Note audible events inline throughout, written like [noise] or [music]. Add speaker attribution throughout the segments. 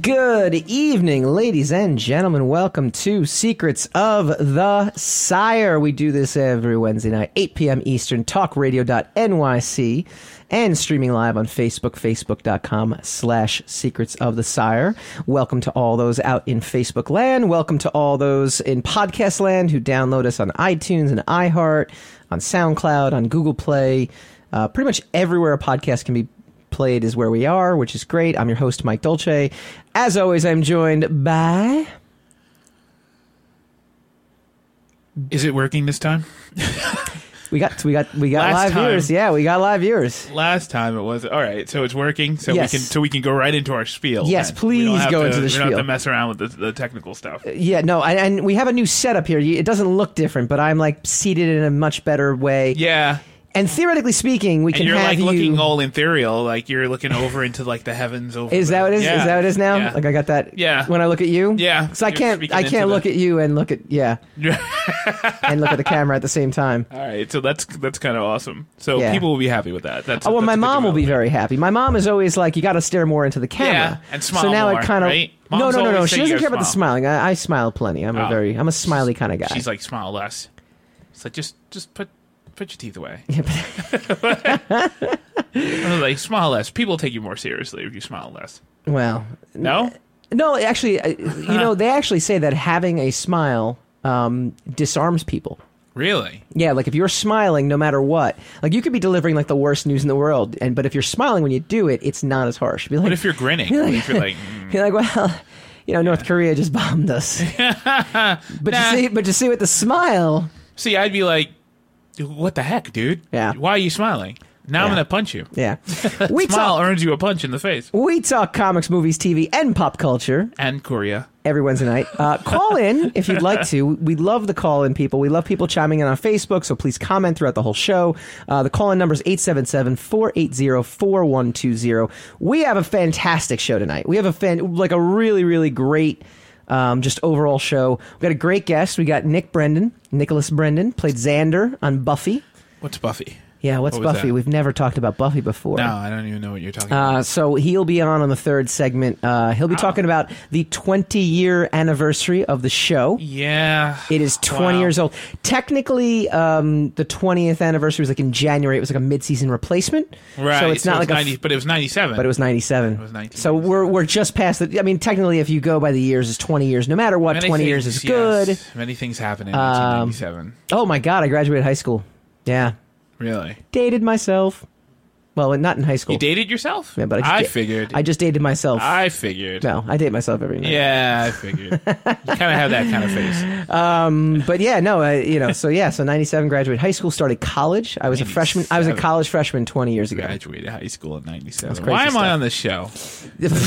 Speaker 1: Good evening, ladies and gentlemen. Welcome to Secrets of the Sire. We do this every Wednesday night, 8 p.m. Eastern, talkradio.nyc, and streaming live on Facebook, facebook.com slash secrets of the sire. Welcome to all those out in Facebook land. Welcome to all those in podcast land who download us on iTunes and iHeart, on SoundCloud, on Google Play. Uh, pretty much everywhere a podcast can be played is where we are, which is great. I'm your host, Mike Dolce. As always, I'm joined by.
Speaker 2: Is it working this time?
Speaker 1: We got we got we got
Speaker 2: Last
Speaker 1: live
Speaker 2: time-
Speaker 1: viewers. Yeah, we got live viewers.
Speaker 2: Last time it was all right, so it's working. So
Speaker 1: Yes.
Speaker 2: we can so we can go right into our spiel.
Speaker 1: Yes,
Speaker 2: then. We don't
Speaker 1: please
Speaker 2: have
Speaker 1: go
Speaker 2: to-
Speaker 1: into the
Speaker 2: we don't
Speaker 1: spiel. Uh,
Speaker 2: have to mess around with the, the technical stuff.
Speaker 1: Yeah, no, and, and we have a new setup here. You- It doesn't look different, but I'm like seated in a much better way.
Speaker 2: Yeah,
Speaker 1: And theoretically speaking, we
Speaker 2: and
Speaker 1: can
Speaker 2: you're
Speaker 1: have
Speaker 2: like
Speaker 1: you.
Speaker 2: looking all ethereal, like you're looking over into like the heavens. Over
Speaker 1: is that what it is?
Speaker 2: Yeah.
Speaker 1: Is that what it is now?
Speaker 2: Yeah.
Speaker 1: Like I got that.
Speaker 2: Yeah.
Speaker 1: When I look at you.
Speaker 2: Yeah.
Speaker 1: So I
Speaker 2: You're
Speaker 1: can't
Speaker 2: speaking
Speaker 1: I can't
Speaker 2: into
Speaker 1: look
Speaker 2: the-
Speaker 1: at you and look at
Speaker 2: [laughs]
Speaker 1: yeah, and look at the camera at the same time.
Speaker 2: all right, so that's that's kind of awesome. So
Speaker 1: Yeah.
Speaker 2: people will be happy with that. That's
Speaker 1: Oh, well,
Speaker 2: that's
Speaker 1: my
Speaker 2: a good
Speaker 1: mom will be
Speaker 2: development.
Speaker 1: very happy. My mom is always like, you got to stare more into the camera.
Speaker 2: Yeah, and smile
Speaker 1: So now
Speaker 2: more,
Speaker 1: it kind of.
Speaker 2: right?
Speaker 1: No,
Speaker 2: Moms
Speaker 1: no, no, no.
Speaker 2: always
Speaker 1: She
Speaker 2: say you
Speaker 1: doesn't care
Speaker 2: gotta
Speaker 1: about the
Speaker 2: smile.
Speaker 1: smiling. I, I smile plenty. I'm a
Speaker 2: Oh.
Speaker 1: very, I'm a smiley kind of guy.
Speaker 2: She's like, smile less. It's like just just put put your teeth away. [laughs]
Speaker 1: Yeah, [laughs] but-
Speaker 2: I was like smile less. People take you more seriously if you smile less.
Speaker 1: well,
Speaker 2: No,
Speaker 1: no, actually, I- you
Speaker 2: [laughs]
Speaker 1: know, they actually say that having a smile um, disarms people.
Speaker 2: really.
Speaker 1: Yeah, like if you're smiling, no matter what, like you could be delivering like the worst news in the world, and but if you're smiling when you do it, it's not as harsh. Be like, [laughs]
Speaker 2: What if you're grinning? What if you're like, mm,
Speaker 1: You're like, well, you know, North Korea just bombed
Speaker 2: [laughs]
Speaker 1: us. but
Speaker 2: Nah.
Speaker 1: you see, but you see with the smile,
Speaker 2: see, I'd be like, what the heck, dude?
Speaker 1: Yeah.
Speaker 2: Why are you smiling? Now I'm
Speaker 1: Yeah.
Speaker 2: gonna punch you.
Speaker 1: yeah. we
Speaker 2: Smile
Speaker 1: talk,
Speaker 2: earns you a punch in the face.
Speaker 1: we talk comics, movies, TV, and pop culture
Speaker 2: And Korea.
Speaker 1: every Wednesday night. Uh, call in if you'd like to. We love the call in people. We love people chiming in on Facebook, so please comment throughout the whole show. Uh, the call in number is 877 480 4120. We have a fantastic show tonight. We have a fan, like a really, really great. Um, just overall show. We got a great guest. We got Nick Brendan, Nicholas Brendan, played Xander on Buffy.
Speaker 2: What's Buffy?
Speaker 1: Yeah, what's
Speaker 2: What was
Speaker 1: Buffy?
Speaker 2: that?
Speaker 1: We've never talked about Buffy before.
Speaker 2: No, I don't even know what you're talking about.
Speaker 1: Uh, so he'll be on on the third segment. Uh, he'll be talking about the 20 year anniversary of the show.
Speaker 2: Yeah.
Speaker 1: It is 20
Speaker 2: Wow.
Speaker 1: years old. Technically, um, the 20th anniversary was like in January. It was like a mid season replacement.
Speaker 2: Right.
Speaker 1: So it's not like a.
Speaker 2: 90,
Speaker 1: f-
Speaker 2: but it was 97.
Speaker 1: but it was 97.
Speaker 2: was 1997.
Speaker 1: So we're, we're just past the. I mean, technically, if you go by the years, it's 20 years. No matter what, 20 years is good.
Speaker 2: Many things happen in
Speaker 1: Um,
Speaker 2: 1997.
Speaker 1: Oh my God, I graduated high school. Yeah.
Speaker 2: Really?
Speaker 1: Dated myself. Well, not in high school.
Speaker 2: You dated yourself?
Speaker 1: Yeah, but I, just da-
Speaker 2: figured.
Speaker 1: I
Speaker 2: I,
Speaker 1: just dated myself.
Speaker 2: figured.
Speaker 1: no, I date myself every night.
Speaker 2: Yeah, I figured.
Speaker 1: [laughs]
Speaker 2: you kind of have that kind of face.
Speaker 1: but yeah, no, I, you know, so yeah, so 97 graduated high school, started college. I was a freshman. I was a
Speaker 2: 97.
Speaker 1: college freshman 20 years ago.
Speaker 2: Graduated high school in 97.
Speaker 1: crazy
Speaker 2: Why am
Speaker 1: stuff.
Speaker 2: I on this show?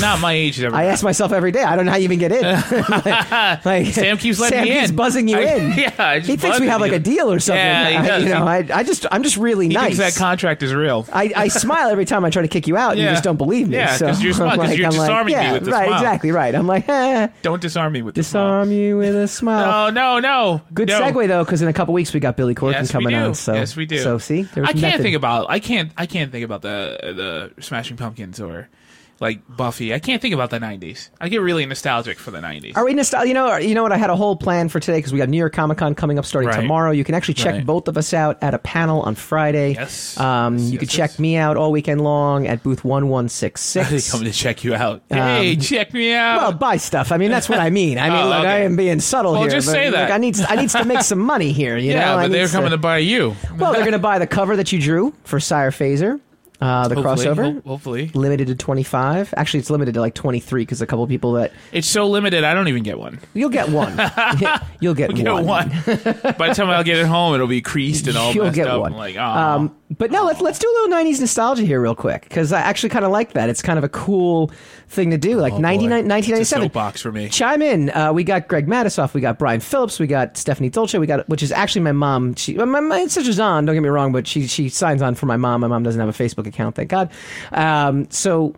Speaker 1: [laughs]
Speaker 2: not my age has ever
Speaker 1: I
Speaker 2: mattered.
Speaker 1: ask myself every day. I don't know how you even get
Speaker 2: [laughs]
Speaker 1: in. like,
Speaker 2: Sam keeps letting
Speaker 1: Sam
Speaker 2: me
Speaker 1: keeps
Speaker 2: in.
Speaker 1: buzzing you
Speaker 2: I-
Speaker 1: in.
Speaker 2: [laughs] Yeah, I just
Speaker 1: he thinks we
Speaker 2: buzzed
Speaker 1: have like
Speaker 2: him.
Speaker 1: a deal or something.
Speaker 2: Yeah,
Speaker 1: [laughs]
Speaker 2: he
Speaker 1: I,
Speaker 2: does.
Speaker 1: You know,
Speaker 2: He-
Speaker 1: I, I just I'm just really
Speaker 2: He
Speaker 1: nice.
Speaker 2: thinks that contract is real.
Speaker 1: I,
Speaker 2: [laughs]
Speaker 1: I smile every time I try to kick you out, and you
Speaker 2: Yeah.
Speaker 1: just don't believe me.
Speaker 2: Yeah,
Speaker 1: so [laughs]
Speaker 2: 'cause you're smart,
Speaker 1: I'm
Speaker 2: 'cause
Speaker 1: like,
Speaker 2: you're
Speaker 1: I'm like,
Speaker 2: disarming me
Speaker 1: yeah,
Speaker 2: with the
Speaker 1: right,
Speaker 2: smile.
Speaker 1: exactly right. I'm like, [laughs] eh,
Speaker 2: Don't disarm me with the smile.
Speaker 1: disarm you with a smile.
Speaker 2: No, no, no.
Speaker 1: Good
Speaker 2: no.
Speaker 1: segue though, because in a couple weeks we got Billy Corgan
Speaker 2: Yes, we
Speaker 1: coming
Speaker 2: do.
Speaker 1: on. So
Speaker 2: yes, we do.
Speaker 1: So see, there was
Speaker 2: I can't
Speaker 1: method.
Speaker 2: think about. I can't. I can't think about the the Smashing Pumpkins or like Buffy. I can't think about the '90s. I get really nostalgic for the '90s.
Speaker 1: Are we nostalgic? You know, you know what? I had a whole plan for today because we got New York Comic Con coming up starting
Speaker 2: Right.
Speaker 1: tomorrow. You can actually check
Speaker 2: Right.
Speaker 1: both of us out at a panel on Friday.
Speaker 2: Yes.
Speaker 1: Um,
Speaker 2: Yes,
Speaker 1: you
Speaker 2: yes,
Speaker 1: could
Speaker 2: yes.
Speaker 1: check me out all weekend long at
Speaker 2: [laughs]
Speaker 1: booth one one six
Speaker 2: They
Speaker 1: six.
Speaker 2: come to check you out. hey, check me out.
Speaker 1: Um, Well, buy stuff. I mean, that's what I mean. I mean,
Speaker 2: [laughs] Oh,
Speaker 1: look, I
Speaker 2: okay.
Speaker 1: am being subtle
Speaker 2: Well,
Speaker 1: here.
Speaker 2: just
Speaker 1: but,
Speaker 2: say that.
Speaker 1: Like, I need, I need to make some money here. You
Speaker 2: [laughs] yeah,
Speaker 1: know, I
Speaker 2: but they're
Speaker 1: needs
Speaker 2: coming to, buy you.
Speaker 1: [laughs] well, they're going to buy the cover that you drew for Sire Phaser, uh, the
Speaker 2: Hopefully,
Speaker 1: crossover.
Speaker 2: ho- hopefully,
Speaker 1: Limited to twenty five. Actually, it's limited to like twenty three because a couple people that
Speaker 2: it's so limited. I don't even get one.
Speaker 1: you'll get
Speaker 2: [laughs]
Speaker 1: one. [laughs] you'll get,
Speaker 2: Get one.
Speaker 1: [laughs]
Speaker 2: By the time I'll get it home, it'll be creased and all
Speaker 1: You'll
Speaker 2: messed
Speaker 1: get
Speaker 2: up.
Speaker 1: one.
Speaker 2: I'm like, oh,
Speaker 1: Um, but no, let's let's do a little '90s nostalgia here, real quick, because I actually kind of like that. It's kind of a cool thing to do,
Speaker 2: Oh,
Speaker 1: like 99 1997.
Speaker 2: soapbox for me.
Speaker 1: Chime in. Uh, we got Greg Matisoff, we got Brian Phillips, we got Stephanie Dolce, we got which is actually my mom. She my, my sister's on. Don't get me wrong, but she she signs on for my mom. My mom doesn't have a Facebook account, thank God. Um, so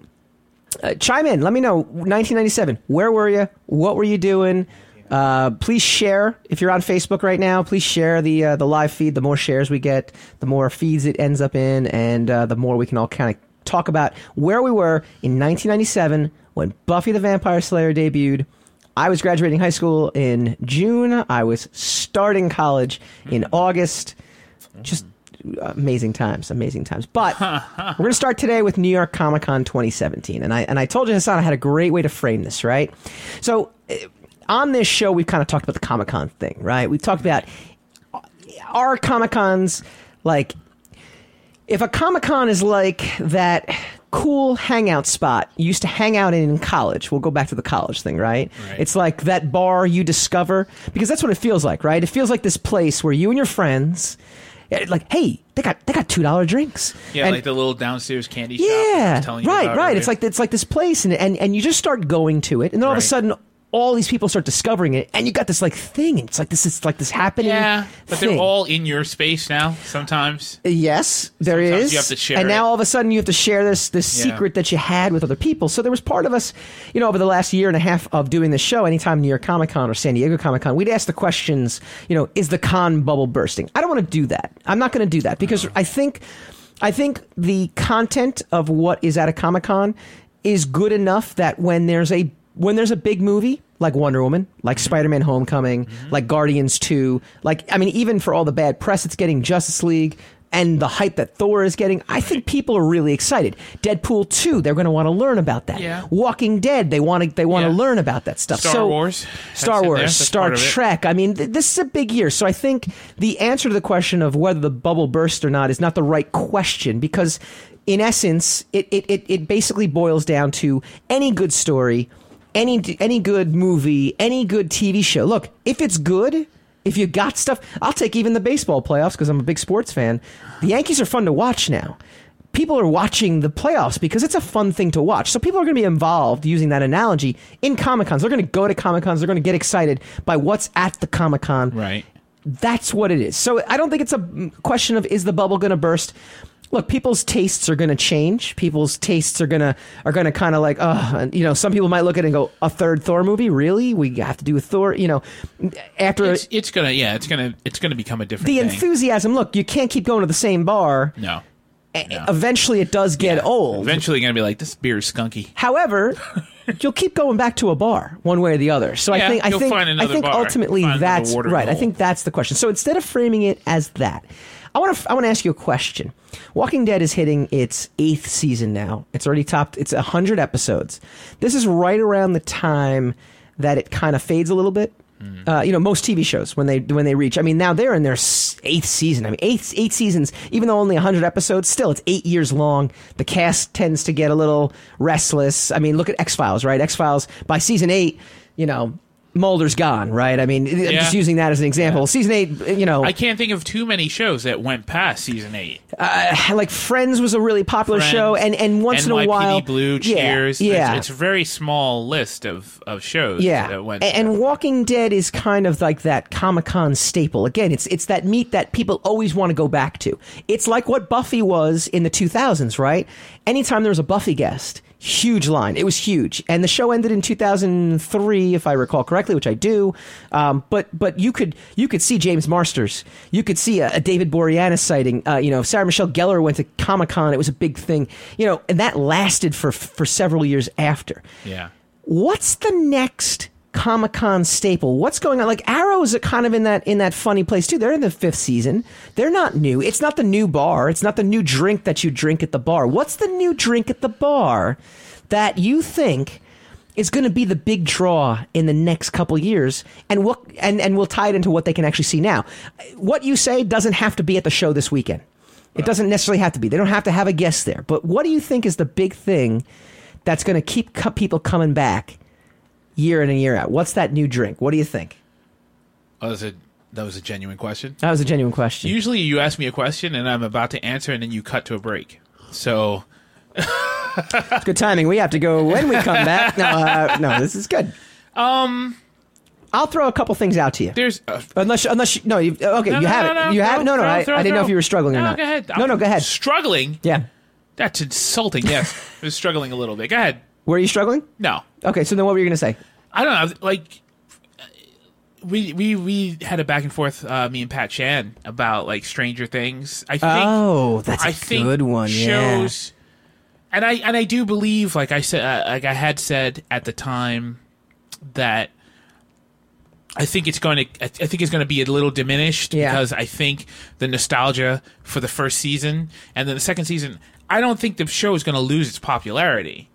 Speaker 1: uh, chime in. Let me know. 1997. Where were you? What were you doing? Uh, please share if you're on Facebook right now. Please share the uh, the live feed. The more shares we get, the more feeds it ends up in, and uh, the more we can all kind of talk about where we were in 1997 when Buffy the Vampire Slayer debuted. I was graduating high school in June. I was starting college in August. Just uh, amazing times, amazing times. But we're going to start today with New York Comic Con 2017. And I, and I told you, Hassan, I had a great way to frame this, right? So eh, on this show, we've kind of talked about the Comic Con thing, right? We've talked about our Comic Cons, like, if a Comic Con is like that cool hangout spot you used to hang out in in college, we'll go back to the college thing, right?
Speaker 2: Right.
Speaker 1: It's like that bar you discover because that's what it feels like, right? It feels like this place where you and your friends, eh, like, hey, they got they got two dollar drinks,
Speaker 2: Yeah,
Speaker 1: And-
Speaker 2: like the little downstairs candy shop. that I
Speaker 1: yeah,
Speaker 2: was telling you
Speaker 1: right,
Speaker 2: about
Speaker 1: right.
Speaker 2: earlier.
Speaker 1: It's like it's like this place, and and and you just start going to it, and then all of
Speaker 2: Right.
Speaker 1: a sudden. All these people start discovering it, and you got this like thing. and It's like this is like this happening.
Speaker 2: yeah, but
Speaker 1: thing.
Speaker 2: they're all in your space now. Sometimes
Speaker 1: Yes, there is.
Speaker 2: Sometimes you have to share
Speaker 1: and now
Speaker 2: it.
Speaker 1: all of a sudden you have to share this this
Speaker 2: Yeah.
Speaker 1: secret that you had with other people. So there was part of us, you know, over the last year and a half of doing this show, anytime New York Comic Con or San Diego Comic Con, we'd ask the questions, you know, is the con bubble bursting? I don't want to do that. I'm not going to do that because I think I think the content of what is at a Comic Con is good enough that when there's a when there's a big movie like Wonder Woman, like
Speaker 2: Mm-hmm.
Speaker 1: Spider-Man: Homecoming, like Guardians 2, like I mean even for all the bad press it's getting Justice League and the hype that Thor is getting, I think people are really excited. Deadpool 2, they're going to want to learn about that.
Speaker 2: Yeah.
Speaker 1: Walking Dead, they want to they want to
Speaker 2: Yeah.
Speaker 1: learn about that stuff.
Speaker 2: Star
Speaker 1: so,
Speaker 2: Wars, that's
Speaker 1: Star
Speaker 2: in there,
Speaker 1: Wars,
Speaker 2: that's
Speaker 1: Star
Speaker 2: part of it.
Speaker 1: Trek. I mean, th- this is a big year. So I think the answer to the question of whether the bubble burst or not is not the right question because, in essence, it, it, it, it basically boils down to any good story, any, any good movie, any good TV show. Look, if it's good, if you got stuff, I'll take even the baseball playoffs because I'm a big sports fan. The Yankees are fun to watch now people are watching the playoffs because it's a fun thing to watch. So people are going to be involved using that analogy in Comic Cons. They're going to go to Comic Cons. They're going to get excited by what's at the Comic Con.
Speaker 2: right?
Speaker 1: That's what it is. So I don't think it's a mm, question of is the bubble going to burst. Look, people's tastes are going to change. People's tastes are going to are going to kind of like, uh, you know, some people might look at it and go, a third Thor movie, really? We have to do a Thor, you know, after
Speaker 2: It's, it's gonna, yeah, it's gonna, it's gonna become a different
Speaker 1: the
Speaker 2: thing.
Speaker 1: enthusiasm. Look, you can't keep going to the same bar.
Speaker 2: no,
Speaker 1: E-
Speaker 2: No.
Speaker 1: Eventually, it does get old.
Speaker 2: eventually you're gonna be like, this beer is skunky.
Speaker 1: However, you'll keep going back to a bar one way or the other. So I
Speaker 2: Yeah,
Speaker 1: think I
Speaker 2: you'll
Speaker 1: think
Speaker 2: find
Speaker 1: I
Speaker 2: another
Speaker 1: think
Speaker 2: bar.
Speaker 1: ultimately
Speaker 2: Find another
Speaker 1: that's
Speaker 2: water
Speaker 1: right. I
Speaker 2: hole.
Speaker 1: think that's the question. So instead of framing it as that, I want to I want to ask you a question. Walking Dead is hitting its 8th season now. It's already topped it's 100 episodes. This is right around the time that it kind of fades a little bit. Uh, you know most TV shows when they when they reach. I mean now they're in their s- eighth season. I mean eight eight seasons. Even though only hundred episodes, still it's eight years long. The cast tends to get a little restless. I mean look at X Files, right? X Files by season eight, you know Mulder's gone, right? I mean I'm
Speaker 2: Yeah.
Speaker 1: just using that as an example. Season eight, you know,
Speaker 2: I can't think of too many shows that went past season eight.
Speaker 1: uh, like Friends was a really popular
Speaker 2: Friends,
Speaker 1: show, and and once in a
Speaker 2: NYPD
Speaker 1: while,
Speaker 2: Blue,
Speaker 1: Yeah,
Speaker 2: Cheers.
Speaker 1: yeah,
Speaker 2: There's- It's, a very small list of, of shows.
Speaker 1: Yeah,
Speaker 2: That went
Speaker 1: A- and, Walking Dead is kind of like that Comic Con staple. Again, it's it's that meat that people always want to go back to. It's like what Buffy was in the 2000s, right? Anytime there was a Buffy guest, huge line. It was huge, and the show ended in 2003, if I recall correctly, which I do. Um, but but you could you could see James Marsters, you could see a, a David Boreanaz sighting. Uh, you know, Sarah Michelle Gellar went to Comic Con; it was a big thing. You know, and that lasted for for several years after
Speaker 2: yeah.
Speaker 1: what's the next Comic Con staple? What's going on? Like Arrow's are kind of in that in that funny place too. They're in the fifth season. They're not new. It's not the new bar. It's not the new drink that you drink at the bar. What's the new drink at the bar that you think is going to be the big draw in the next couple years? And what and and we'll tie it into what they can actually see now. What you say doesn't have to be at the show this weekend. It doesn't necessarily have to be. They don't have to have a guest there. But what do you think is the big thing that's going to keep co- people coming back year in and year out? What's that new drink? What do you think?
Speaker 2: Oh, that, was a, that was a genuine question.
Speaker 1: That was a genuine question.
Speaker 2: Usually you ask me a question and I'm about to answer and then you cut to a break. So
Speaker 1: It's good timing. We have to go when we come
Speaker 2: [laughs]
Speaker 1: back. No, uh, no, this is good. Um, I'll throw a couple things out to you.
Speaker 2: there's. Uh,
Speaker 1: Unless, unless you, no, you, uh, okay, you have it. you have no, no. I, I didn't know if you were struggling or
Speaker 2: No,
Speaker 1: not.
Speaker 2: Go ahead.
Speaker 1: No,
Speaker 2: I'm
Speaker 1: no, go ahead.
Speaker 2: Struggling?
Speaker 1: Yeah,
Speaker 2: That's insulting.
Speaker 1: [laughs]
Speaker 2: Yes. I was struggling a little bit. Go ahead.
Speaker 1: were you struggling?
Speaker 2: No.
Speaker 1: Okay, so then what were you going to say?
Speaker 2: I don't know. Like we we we had a back and forth, uh, me and Pat Chan about like Stranger Things. I think
Speaker 1: Oh, that's a
Speaker 2: I think
Speaker 1: good one. yeah.
Speaker 2: Shows and I and I do believe, like I said, uh, like I had said at the time, that I think it's going to, I th- I think it's going to be a little diminished
Speaker 1: Yeah.
Speaker 2: because I think the nostalgia for the first season and then the second season, I don't think the show is going to lose its popularity.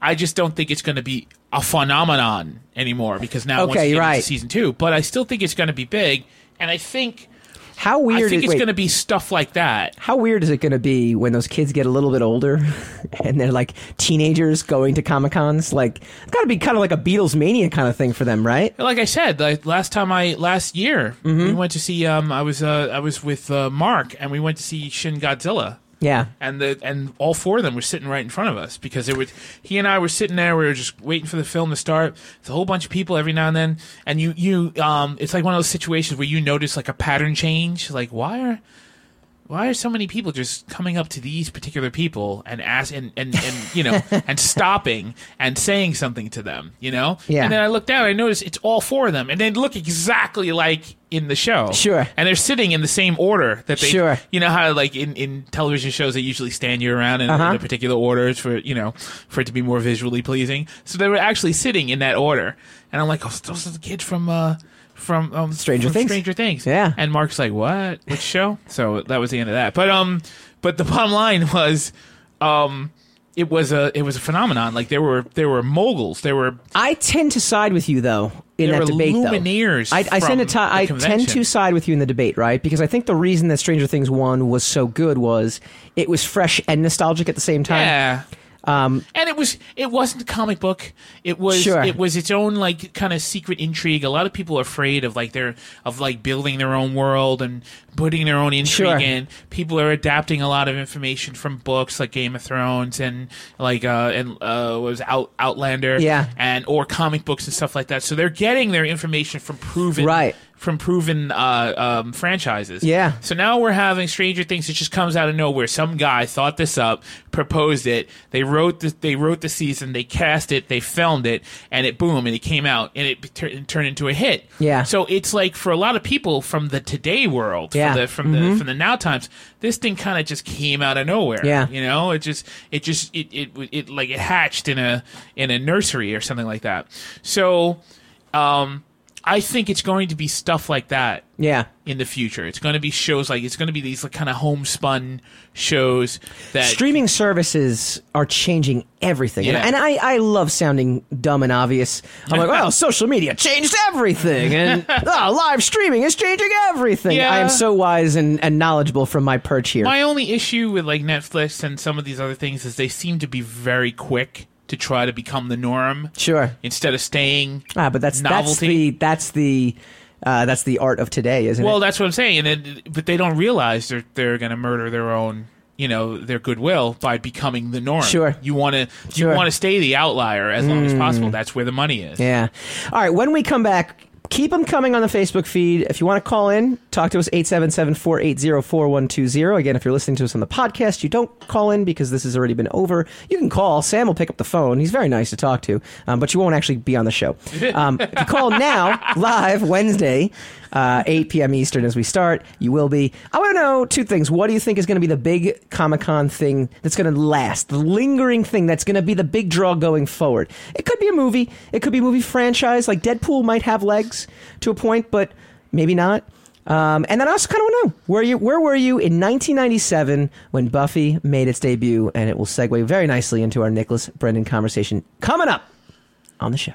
Speaker 2: I just don't think it's going to be a phenomenon anymore because now once
Speaker 1: Okay,
Speaker 2: you get into
Speaker 1: right.
Speaker 2: season two, but I still think it's going to be big, and I think
Speaker 1: How weird
Speaker 2: I think
Speaker 1: is
Speaker 2: it's
Speaker 1: wait,
Speaker 2: going to be stuff like that.
Speaker 1: how weird is it going to be when those kids get a little bit older [laughs] and they're like teenagers going to Comic Cons? Like, it's got to be kind of like a Beatles mania kind of thing for them, right?
Speaker 2: Like I said, like last time I last year we went to see. Um, I was uh, I was with uh, Mark, and we went to see Shin Godzilla,
Speaker 1: Yeah.
Speaker 2: and the and all four of them were sitting right in front of us because it was he and I were sitting there. We were just waiting for the film to start. It's a whole bunch of people every now and then, and you you um, it's like one of those situations where you notice like a pattern change. Like why are why are so many people just coming up to these particular people and ask and, and, and you
Speaker 1: [laughs]
Speaker 2: know and stopping and saying something to them you know
Speaker 1: Yeah.
Speaker 2: and then i looked down i noticed it's all four of them and they look exactly like in the show
Speaker 1: Sure.
Speaker 2: and they're sitting in the same order that they
Speaker 1: Sure.
Speaker 2: [laughs] you know how like in, in television shows they usually stand you around in,
Speaker 1: Uh-huh.
Speaker 2: in a particular order for you know for it to be more visually pleasing so they were actually sitting in that order and i'm like oh those are the kids from uh from um,
Speaker 1: Stranger
Speaker 2: from
Speaker 1: Things.
Speaker 2: Stranger Things.
Speaker 1: Yeah.
Speaker 2: And Mark's like, "What? Which show?" so that was the end of that. But um, but the bottom line was, um, it was a it was a phenomenon. Like there were there were moguls. There were
Speaker 1: I tend to side with you though in
Speaker 2: There
Speaker 1: that
Speaker 2: were
Speaker 1: debate.
Speaker 2: lumineers
Speaker 1: though. I, I,
Speaker 2: from
Speaker 1: tend to ti-
Speaker 2: the
Speaker 1: I tend
Speaker 2: convention.
Speaker 1: to side with you in the debate, right? Because I think the reason that Stranger Things one was so good was it was fresh and nostalgic at the same time.
Speaker 2: yeah.
Speaker 1: Um,
Speaker 2: And it was it wasn't a comic book. It was
Speaker 1: Sure.
Speaker 2: it was its own like kind of secret intrigue. A lot of people are afraid of like their of like building their own world and putting their own intrigue
Speaker 1: Sure.
Speaker 2: in. People are adapting a lot of information from books like Game of Thrones and like uh and uh what was it, Out Outlander
Speaker 1: Yeah.
Speaker 2: and or comic books and stuff like that. So they're getting their information from proven
Speaker 1: Right.
Speaker 2: from proven uh, um, franchises.
Speaker 1: Yeah.
Speaker 2: So now we're having Stranger Things. It just comes out of nowhere. Some guy thought this up, proposed it. They wrote the they wrote the season. They cast it. They filmed it, and it boom, and it came out, and it tur- it turned into a hit.
Speaker 1: Yeah.
Speaker 2: So it's like for a lot of people from the today world,
Speaker 1: Yeah. Mm-hmm.
Speaker 2: from the from the from the now times, this thing kind of just came out of nowhere.
Speaker 1: Yeah.
Speaker 2: You know, it just it just it it, it, like it hatched in a in a nursery or something like that. So, um, I think it's going to be stuff like that
Speaker 1: yeah.
Speaker 2: in the future. It's going to be shows like it's going to be these like, kind of homespun shows that
Speaker 1: Streaming services are changing everything.
Speaker 2: Yeah.
Speaker 1: And, and I, I love sounding dumb and obvious. I'm like,
Speaker 2: [laughs]
Speaker 1: oh, social media changed everything. And oh, live streaming is changing everything.
Speaker 2: Yeah.
Speaker 1: I am so wise and, and knowledgeable from my perch here.
Speaker 2: My only issue with like Netflix and some of these other things is they seem to be very quick to try to become the norm
Speaker 1: sure.
Speaker 2: instead of staying.
Speaker 1: Ah, but that's that's
Speaker 2: Novelty.
Speaker 1: the that's the uh, that's the art of today, isn't
Speaker 2: Well,
Speaker 1: it?
Speaker 2: that's what I'm saying, and it, but they don't realize they're they're going to murder their own. You know their goodwill by becoming the norm.
Speaker 1: Sure.
Speaker 2: you want to
Speaker 1: Sure. Mm.
Speaker 2: you want to stay the outlier as long as possible. That's where the money is.
Speaker 1: Yeah. All right. When we come back, keep them coming on the Facebook feed. If you want to call in, talk to us 877-480-4120. Again, if you're listening to us on the podcast, you don't call in because this has already been over. You can call. Sam will pick up the phone. He's very nice to talk to, um, but you won't actually be on the show. Um, if you call now, live Wednesday, uh, 8 p.m. Eastern as we start, you will be. I want to know two things. What do you think is going to be the big Comic Con thing that's going to last, the lingering thing that's going to be the big draw going forward? It could be a movie, it could be a movie franchise. Like Deadpool might have legs to a point, but maybe not. Um, and then I also kind of want to know where you where were you in 1997 when Buffy made its debut, and it will segue very nicely into our Nicholas Brendan conversation coming up on the show.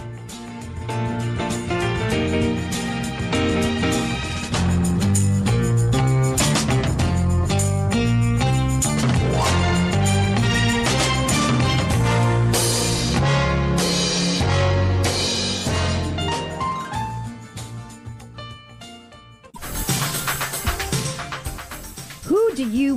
Speaker 3: Who do you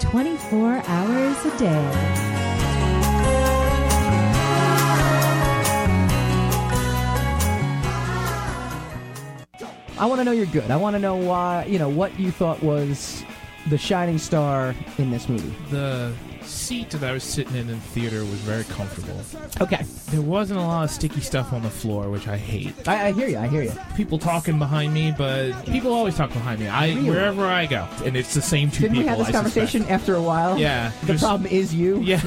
Speaker 4: 24 hours a day.
Speaker 5: I want to know you're good. I want to know why, you know, what you thought was the shining star in this movie.
Speaker 2: The seat that I was sitting in in theater was very comfortable.
Speaker 5: Okay.
Speaker 2: There wasn't a lot of sticky stuff on the floor, which I hate.
Speaker 5: I, I hear you. I hear you.
Speaker 2: People talking behind me, but people always talk behind me. I wherever I go, and it's the same two
Speaker 5: Didn't
Speaker 2: people.
Speaker 5: we have this
Speaker 2: I suspect.
Speaker 5: conversation after a while?
Speaker 2: Yeah,
Speaker 5: The
Speaker 2: just-
Speaker 5: problem is you.
Speaker 2: [laughs]
Speaker 1: [laughs]
Speaker 2: Yeah.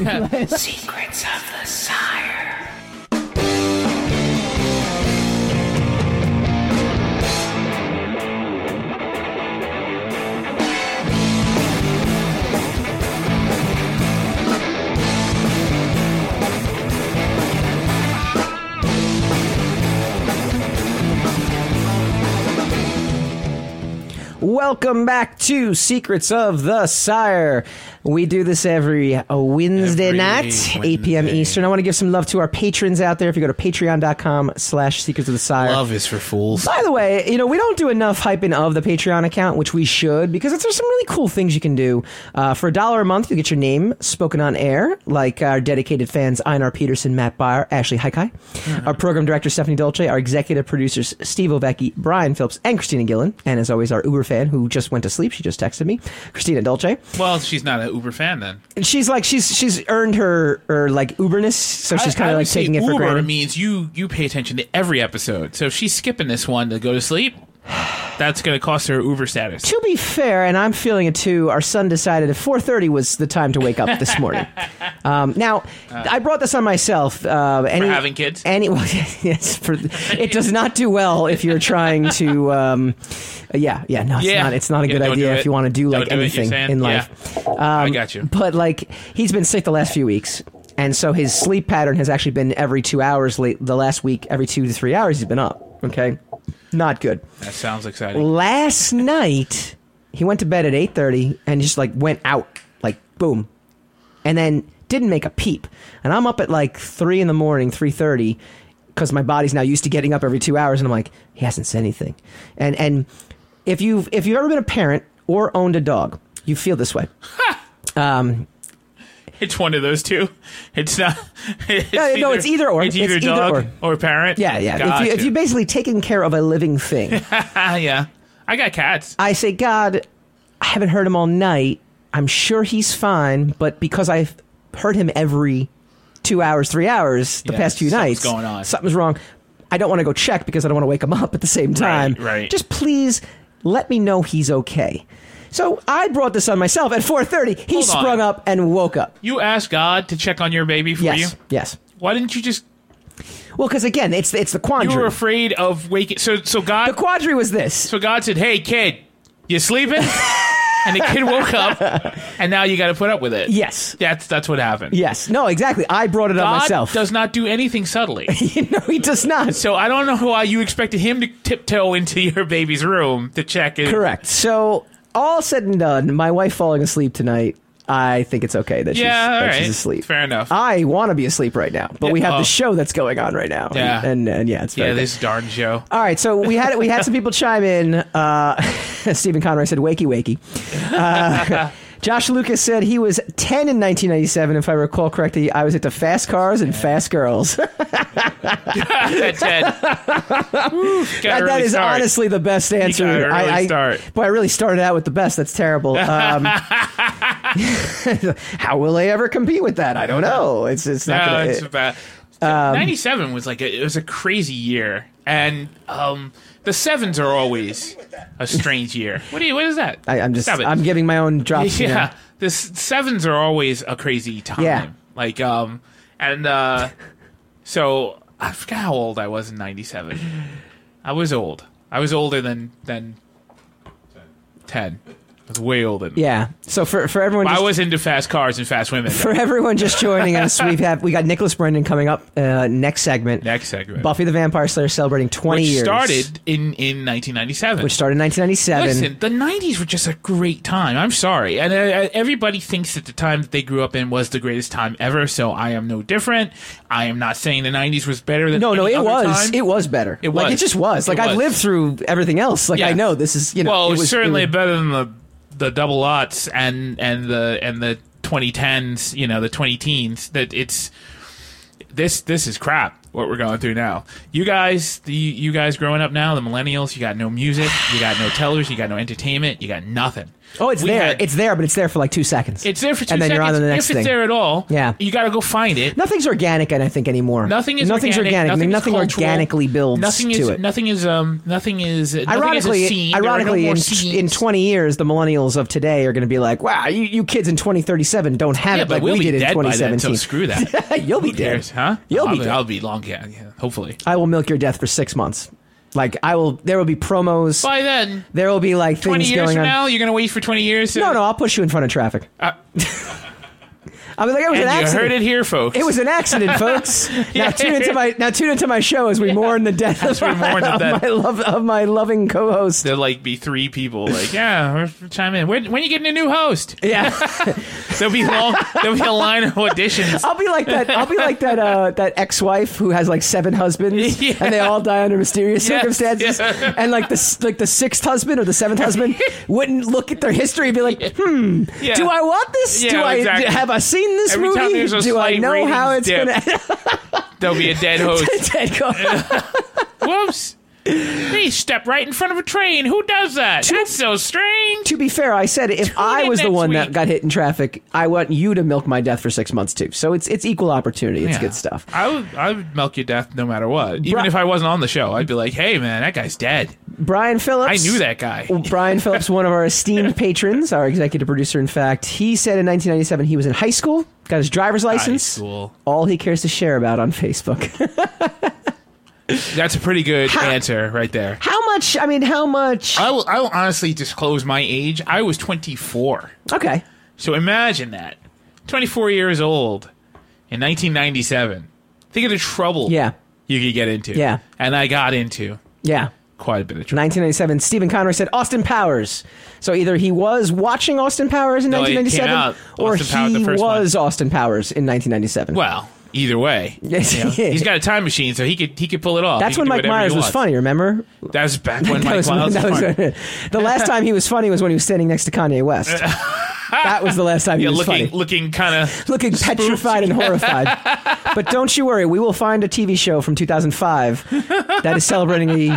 Speaker 1: Welcome back to Secrets of the Sire. We do this every uh, Wednesday
Speaker 2: Every
Speaker 1: night, 8 p.m.
Speaker 2: Wednesday.
Speaker 1: Eastern. I want to give some love to our patrons out there. If you go to patreon.com slash secrets of the sire.
Speaker 2: Love is for fools.
Speaker 1: By the way, you know, we don't do enough hyping of the Patreon account, which we should, because it's, there's some really cool things you can do. Uh, for a dollar a month, you get your name spoken on air, like our dedicated fans, Einar Peterson, Matt Byer, Ashley Haikai,
Speaker 2: Mm-hmm.
Speaker 1: our program director, Stephanie Dolce, our executive producers, Steve Ovecki, Brian Phillips, and Christina Gillen, and as always, our Uber fan who just went to sleep. She just texted me, Christina Dolce.
Speaker 2: Well, she's not an Uber fan then.
Speaker 1: And she's like, she's she's earned her, her like, Uberness, so she's
Speaker 2: I-
Speaker 1: kind
Speaker 2: I
Speaker 1: of
Speaker 2: would
Speaker 1: like
Speaker 2: say
Speaker 1: taking it
Speaker 2: Uber
Speaker 1: for granted.
Speaker 2: means you you pay attention to every episode. So if she's skipping this one to go to sleep, that's going to cost her Uber status.
Speaker 1: to be fair, and I'm feeling it too, our son decided at 4.30 was the time to wake up this
Speaker 2: [laughs]
Speaker 1: morning. um, now, I brought this on myself. Uh, any,
Speaker 2: Uh. having kids?
Speaker 1: Any, [laughs] well, yes, for, it does not do well if you're trying to, um, yeah, yeah, no, it's,
Speaker 2: Yeah.
Speaker 1: Not, it's not a
Speaker 2: Yeah,
Speaker 1: good
Speaker 2: don't
Speaker 1: idea
Speaker 2: do
Speaker 1: if
Speaker 2: it.
Speaker 1: you want to do
Speaker 2: Don't
Speaker 1: like
Speaker 2: do it, you're
Speaker 1: anything
Speaker 2: saying?
Speaker 1: in
Speaker 2: Yeah.
Speaker 1: life. Um,
Speaker 2: I got you.
Speaker 1: But like he's been sick the last few weeks, and so his sleep pattern has actually been every two hours. Late the last week, every two to three hours, he's been up. Okay, not good
Speaker 2: That sounds exciting.
Speaker 1: last night he went to bed at 8.30 and just like went out like boom and then didn't make a peep and i'm up at like 3 in the morning 3.30 because my body's now used to getting up every two hours and i'm like he hasn't said anything and and if you've if you've ever been a parent or owned a dog you feel this way um,
Speaker 2: It's one of those two. It's not. [laughs] It's
Speaker 1: No, no, it's either or.
Speaker 2: It's either
Speaker 1: It's either
Speaker 2: dog or. parent.
Speaker 1: yeah yeah if, you, if
Speaker 2: Gotcha.
Speaker 1: you're basically taking care of a living thing
Speaker 2: Ah, yeah. I got cats.
Speaker 1: I say, God, I haven't heard him all night. I'm sure he's fine, but because I've heard him every two hours, three hours the
Speaker 2: Yeah,
Speaker 1: past few
Speaker 2: something's
Speaker 1: nights,
Speaker 2: going on.
Speaker 1: something's wrong. I don't want to go check because I don't want to wake him up at the same time.
Speaker 2: right.
Speaker 1: Just please let me know he's okay. So I brought this on myself at 4:30. He
Speaker 2: Hold on.
Speaker 1: sprung up and woke up.
Speaker 2: You asked God to check on your baby for
Speaker 1: Yes,
Speaker 2: you.
Speaker 1: yes.
Speaker 2: Why didn't you just?
Speaker 1: Well, because again, it's it's the
Speaker 2: You
Speaker 1: quandary.
Speaker 2: were afraid of waking. So so
Speaker 1: the
Speaker 2: God.
Speaker 1: quandary was this.
Speaker 2: so God said, "Hey kid,
Speaker 1: [laughs]
Speaker 2: you sleeping?" and the kid woke up, and now you got to put up with it.
Speaker 1: Yes,
Speaker 2: That's that's what happened.
Speaker 1: yes. No, exactly. I brought it on
Speaker 2: God
Speaker 1: myself. [laughs]
Speaker 2: does not do anything subtly.
Speaker 1: no, he does not.
Speaker 2: so I don't know why you expected him to tiptoe into your baby's room to check it.
Speaker 1: Correct. So all said and done, my wife falling asleep tonight. I think it's okay that,
Speaker 2: Yeah,
Speaker 1: she's,
Speaker 2: all
Speaker 1: that
Speaker 2: right.
Speaker 1: she's asleep.
Speaker 2: Fair enough.
Speaker 1: I want to be asleep right now, but we
Speaker 2: Yeah,
Speaker 1: have
Speaker 2: oh.
Speaker 1: the show that's going on right now. and-
Speaker 2: Yeah.
Speaker 1: and, and, yeah, it's very
Speaker 2: yeah,
Speaker 1: good.
Speaker 2: this darn show.
Speaker 1: All right, so we had we had some people chime in. Uh, [laughs] Stephen Conroy said, "Wakey, wakey." Uh, [laughs] Josh Lucas said he was ten in 1997, if I recall correctly. I was at the fast cars and fast girls. [laughs]
Speaker 2: That's it. Got
Speaker 1: That- that is honestly the best answer.
Speaker 2: got an early
Speaker 1: I, I,
Speaker 2: start.
Speaker 1: Boy, I really started out with the best. That's
Speaker 2: [laughs]
Speaker 1: terrible. Um, [laughs] how will I ever compete with that? I don't know. It's it's not.
Speaker 2: No,
Speaker 1: gonna, Um,
Speaker 2: it's about. Ninety-seven was like a, it was a crazy year, and um, the sevens are always a strange year. What do you? What is that?
Speaker 1: I, I'm just.
Speaker 2: Stop it. [laughs]
Speaker 1: I'm giving my own drops. you know.
Speaker 2: yeah. The s- sevens are always a crazy time.
Speaker 1: Yeah.
Speaker 2: Like um, and uh, so I forgot how old I was in '97. I was old. I was older than than ten. I was way older. Than
Speaker 1: Yeah. So for for everyone,
Speaker 2: I
Speaker 1: just,
Speaker 2: was into fast cars and fast women.
Speaker 1: for everyone just joining
Speaker 2: [laughs]
Speaker 1: us, we have we got Nicholas Brendan coming up uh, next segment.
Speaker 2: Next segment.
Speaker 1: Buffy the Vampire Slayer celebrating 20
Speaker 2: which
Speaker 1: years.
Speaker 2: started in in 1997.
Speaker 1: Which started in 1997.
Speaker 2: Listen, the '90s were just a great time. I'm sorry, and uh, uh, everybody thinks that the time that they grew up in was the greatest time ever. So I am no different. I am not saying the '90s was better than
Speaker 1: no, no,
Speaker 2: any
Speaker 1: it
Speaker 2: other
Speaker 1: was.
Speaker 2: time.
Speaker 1: It was better.
Speaker 2: It
Speaker 1: like
Speaker 2: was.
Speaker 1: it just was. Like
Speaker 2: It
Speaker 1: I've
Speaker 2: was.
Speaker 1: lived through everything else. Like
Speaker 2: Yeah.
Speaker 1: I know this is you know.
Speaker 2: well,
Speaker 1: it was
Speaker 2: certainly
Speaker 1: it was-
Speaker 2: better than the the double aughts and and the and the 2010s, you know, the 20 teens. That it's this this is crap. What we're going through now. You guys, the you guys growing up now, the millennials. You got no music. You got no television. You got no entertainment. You got nothing.
Speaker 1: Oh, it's
Speaker 2: We
Speaker 1: there.
Speaker 2: had-
Speaker 1: it's there, but it's there for like two seconds.
Speaker 2: it's there for two
Speaker 1: and then
Speaker 2: seconds.
Speaker 1: you're on to the next
Speaker 2: if
Speaker 1: thing.
Speaker 2: it's there at all,
Speaker 1: Yeah.
Speaker 2: you got to go find it.
Speaker 1: Nothing's organic, I don't think anymore.
Speaker 2: Nothing is
Speaker 1: nothing's organic.
Speaker 2: organic.
Speaker 1: I mean,
Speaker 2: nothing
Speaker 1: nothing
Speaker 2: is cultural.
Speaker 1: organically builds
Speaker 2: nothing
Speaker 1: to
Speaker 2: is,
Speaker 1: it.
Speaker 2: Nothing is um. Nothing is. Nothing
Speaker 1: ironically,
Speaker 2: is a scene. There are no
Speaker 1: ironically,
Speaker 2: more
Speaker 1: in,
Speaker 2: scenes.
Speaker 1: in 20 years, the millennials of today are going to be like, "Wow, you, you kids in 2037 don't have
Speaker 2: yeah,
Speaker 1: it
Speaker 2: but
Speaker 1: like
Speaker 2: we'll
Speaker 1: we
Speaker 2: be
Speaker 1: did in
Speaker 2: dead by then.
Speaker 1: 2017." [laughs]
Speaker 2: So screw that.
Speaker 1: You'll be
Speaker 2: Who cares,
Speaker 1: dead,
Speaker 2: huh?
Speaker 1: You'll
Speaker 2: I'll
Speaker 1: be dead.
Speaker 2: I'll be long. Yeah, yeah, hopefully.
Speaker 1: I will milk your death for six months. Like I will, there will be promos.
Speaker 2: By then,
Speaker 1: There will be like
Speaker 2: twenty
Speaker 1: things
Speaker 2: years
Speaker 1: going
Speaker 2: from
Speaker 1: on.
Speaker 2: now, you're gonna wait for twenty years. To,
Speaker 1: No, no, I'll push you in front of traffic.
Speaker 2: Uh,
Speaker 1: [laughs] I'll be like, it was
Speaker 2: and
Speaker 1: an
Speaker 2: you
Speaker 1: accident.
Speaker 2: heard it here, folks.
Speaker 1: It was an accident, folks. Now tune into my now tune into my show as we mourn the death of,
Speaker 2: we mourn the
Speaker 1: of
Speaker 2: death.
Speaker 1: my love of my loving
Speaker 2: [laughs]
Speaker 1: co-host.
Speaker 2: [laughs] There'll like be three people like, [laughs] yeah, we're- chime in. When, when are you getting a new host?
Speaker 1: Yeah,
Speaker 2: There'll be
Speaker 1: [laughs]
Speaker 2: long. there'll be a line of auditions.
Speaker 1: I'll be like that. I'll be like that. Uh, that ex-wife who has like seven husbands,
Speaker 2: [laughs] Yeah.
Speaker 1: and they all die under mysterious
Speaker 2: Yes,
Speaker 1: circumstances.
Speaker 2: yeah.
Speaker 1: And like the s- like the sixth husband or the seventh
Speaker 2: [laughs]
Speaker 1: husband wouldn't look at their history and be like, "Hmm,
Speaker 2: Yeah.
Speaker 1: do I want this?
Speaker 2: Yeah,
Speaker 1: do I
Speaker 2: exactly.
Speaker 1: have I seen this
Speaker 2: Every
Speaker 1: movie?
Speaker 2: time there's a
Speaker 1: do I
Speaker 2: slight
Speaker 1: know how it's
Speaker 2: ratings
Speaker 1: going
Speaker 2: dip. There'll be
Speaker 1: [laughs]
Speaker 2: a dead host.
Speaker 1: to?"
Speaker 2: Whoops. They step right in front of a train. Who does that? That's so strange.
Speaker 1: to be fair, I said if I
Speaker 2: in
Speaker 1: was the
Speaker 2: next
Speaker 1: one that
Speaker 2: week.
Speaker 1: got hit in traffic, I want you to milk my death for six months too. So it's it's equal opportunity. It's
Speaker 2: Yeah.
Speaker 1: good stuff.
Speaker 2: I would, I would milk your death no matter what. Even
Speaker 1: Bruh.
Speaker 2: if I wasn't on the show, I'd be like, "Hey, man, that guy's dead.
Speaker 1: Brian
Speaker 2: I
Speaker 1: Phillips.
Speaker 2: knew that guy."
Speaker 1: Well, [laughs] Brian Phillips, one of our
Speaker 2: [laughs]
Speaker 1: esteemed patrons, our executive producer, in fact, he said in 1997 he was in high school, got his driver's license.
Speaker 2: school.
Speaker 1: All he cares to share about on Facebook. [laughs]
Speaker 2: That's a pretty good answer right there.
Speaker 1: how much? I mean, how much?
Speaker 2: I will, I will honestly disclose my age. I was 24.
Speaker 1: okay.
Speaker 2: So imagine that. 24 years old in 1997. Think of the trouble
Speaker 1: Yeah.
Speaker 2: you could get into.
Speaker 1: Yeah.
Speaker 2: And I got into
Speaker 1: Yeah.
Speaker 2: quite a bit of trouble.
Speaker 1: 1997. Stephen Conroy said Austin Powers. So either he was watching Austin Powers in
Speaker 2: No, it came
Speaker 1: 1997,
Speaker 2: out
Speaker 1: or
Speaker 2: Austin Powers, the
Speaker 1: he
Speaker 2: first one.
Speaker 1: was Austin Powers in 1997.
Speaker 2: Well, either way.
Speaker 1: Yes,
Speaker 2: you know,
Speaker 1: yeah.
Speaker 2: He's got a time machine, so he could he could pull it off.
Speaker 1: That's
Speaker 2: He
Speaker 1: when
Speaker 2: could do
Speaker 1: Mike
Speaker 2: whatever he
Speaker 1: Myers was
Speaker 2: wants.
Speaker 1: funny. Remember?
Speaker 2: That was back when Mike
Speaker 1: was-
Speaker 2: Myers
Speaker 1: [laughs]
Speaker 2: was,
Speaker 1: that was-
Speaker 2: funny.
Speaker 1: [laughs] the last time he was funny was when he was standing next to Kanye West.
Speaker 2: [laughs]
Speaker 1: that was the last time he
Speaker 2: Yeah,
Speaker 1: was
Speaker 2: looking [laughs]
Speaker 1: funny.
Speaker 2: looking kind of
Speaker 1: looking petrified and horrified. but don't you worry, we will find a TV show from 2005 that is celebrating a,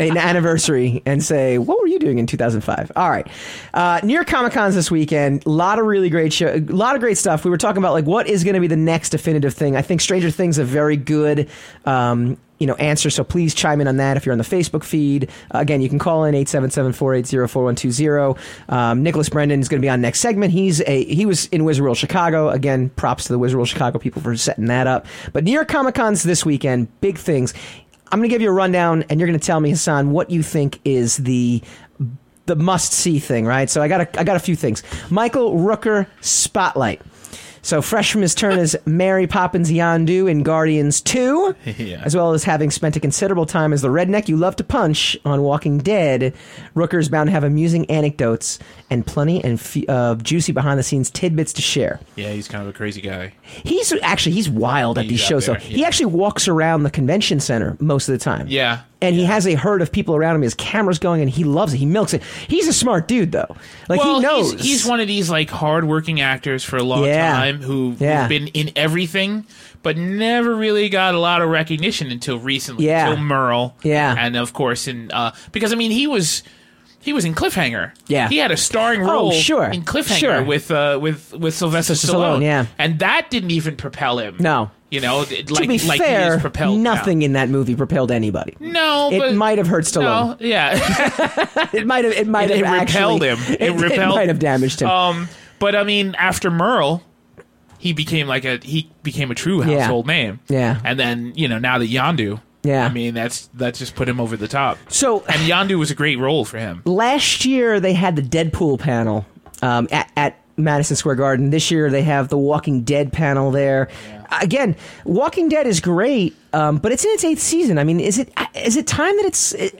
Speaker 1: an anniversary and say, "What were you doing in 2005?" All right, uh, near Comic Cons this weekend, a lot of really great show, a lot of great stuff. We were talking about like what is going to be the next definitive thing. I think Stranger Things a very good. Um, you know, answer. So please chime in on that if you're on the Facebook feed. Uh, again, you can call in 877-480-4120. Um, Nicholas Brendan is going to be on next segment. He's a he was in Wizard World Chicago. Again, props to the Wizard World Chicago people for setting that up. But New York Comic Con's this weekend, big things. I'm going to give you a rundown, and you're going to tell me, Hassan, what you think is the the must see thing, right? So I got a, I got a few things. Michael Rooker Spotlight. So fresh from his turn as Mary Poppins Yondu in Guardians 2,
Speaker 2: Yeah.
Speaker 1: as well as having spent a considerable time as the redneck you love to punch on Walking Dead, Rooker's bound to have amusing anecdotes and plenty and f- of juicy behind the scenes tidbits to share.
Speaker 2: yeah, he's kind of a crazy guy.
Speaker 1: He's actually he's wild at
Speaker 2: He's
Speaker 1: these
Speaker 2: out
Speaker 1: shows.
Speaker 2: there,
Speaker 1: though. He
Speaker 2: yeah.
Speaker 1: actually walks around the convention center most of the time.
Speaker 2: Yeah.
Speaker 1: And he has a herd of people around him. His camera's going, and he loves it. He milks it. He's a smart dude, though. Like
Speaker 2: well,
Speaker 1: he knows.
Speaker 2: He's, he's one of these like hardworking actors for a long
Speaker 1: Yeah.
Speaker 2: time who,
Speaker 1: Yeah.
Speaker 2: have been in everything, but never really got a lot of recognition until recently.
Speaker 1: Yeah.
Speaker 2: Until Merle.
Speaker 1: Yeah.
Speaker 2: And of course, in uh, because I mean, he was. He was in Cliffhanger.
Speaker 1: Yeah.
Speaker 2: he had a starring
Speaker 1: Oh,
Speaker 2: role
Speaker 1: sure,
Speaker 2: in Cliffhanger
Speaker 1: sure.
Speaker 2: with uh, with with Sylvester
Speaker 1: Stallone,
Speaker 2: Stallone.
Speaker 1: yeah.
Speaker 2: and that didn't even propel him.
Speaker 1: No.
Speaker 2: you know, it-
Speaker 1: to
Speaker 2: like
Speaker 1: be
Speaker 2: like he
Speaker 1: fair,
Speaker 2: is propelled now.
Speaker 1: nothing in that movie propelled anybody.
Speaker 2: No,
Speaker 1: It
Speaker 2: but-
Speaker 1: might have hurt Stallone.
Speaker 2: No, yeah. [laughs]
Speaker 1: It might have. It might
Speaker 2: It-
Speaker 1: have
Speaker 2: it
Speaker 1: actually,
Speaker 2: repelled him.
Speaker 1: [laughs]
Speaker 2: It repelled-
Speaker 1: might have damaged him.
Speaker 2: Um, but I mean, after Merle, he became like a he became a true
Speaker 1: Yeah.
Speaker 2: household name.
Speaker 1: Yeah.
Speaker 2: and then you know now that Yandu.
Speaker 1: Yeah.
Speaker 2: I mean that's that just put him over the top.
Speaker 1: so
Speaker 2: And Yandu was a great role for him.
Speaker 1: last year they had the Deadpool panel um, at, at Madison Square Garden. This year they have the Walking Dead panel there. Again, Walking Dead is great, um, but it's in its eighth season. I mean, is it is it time that it's? It,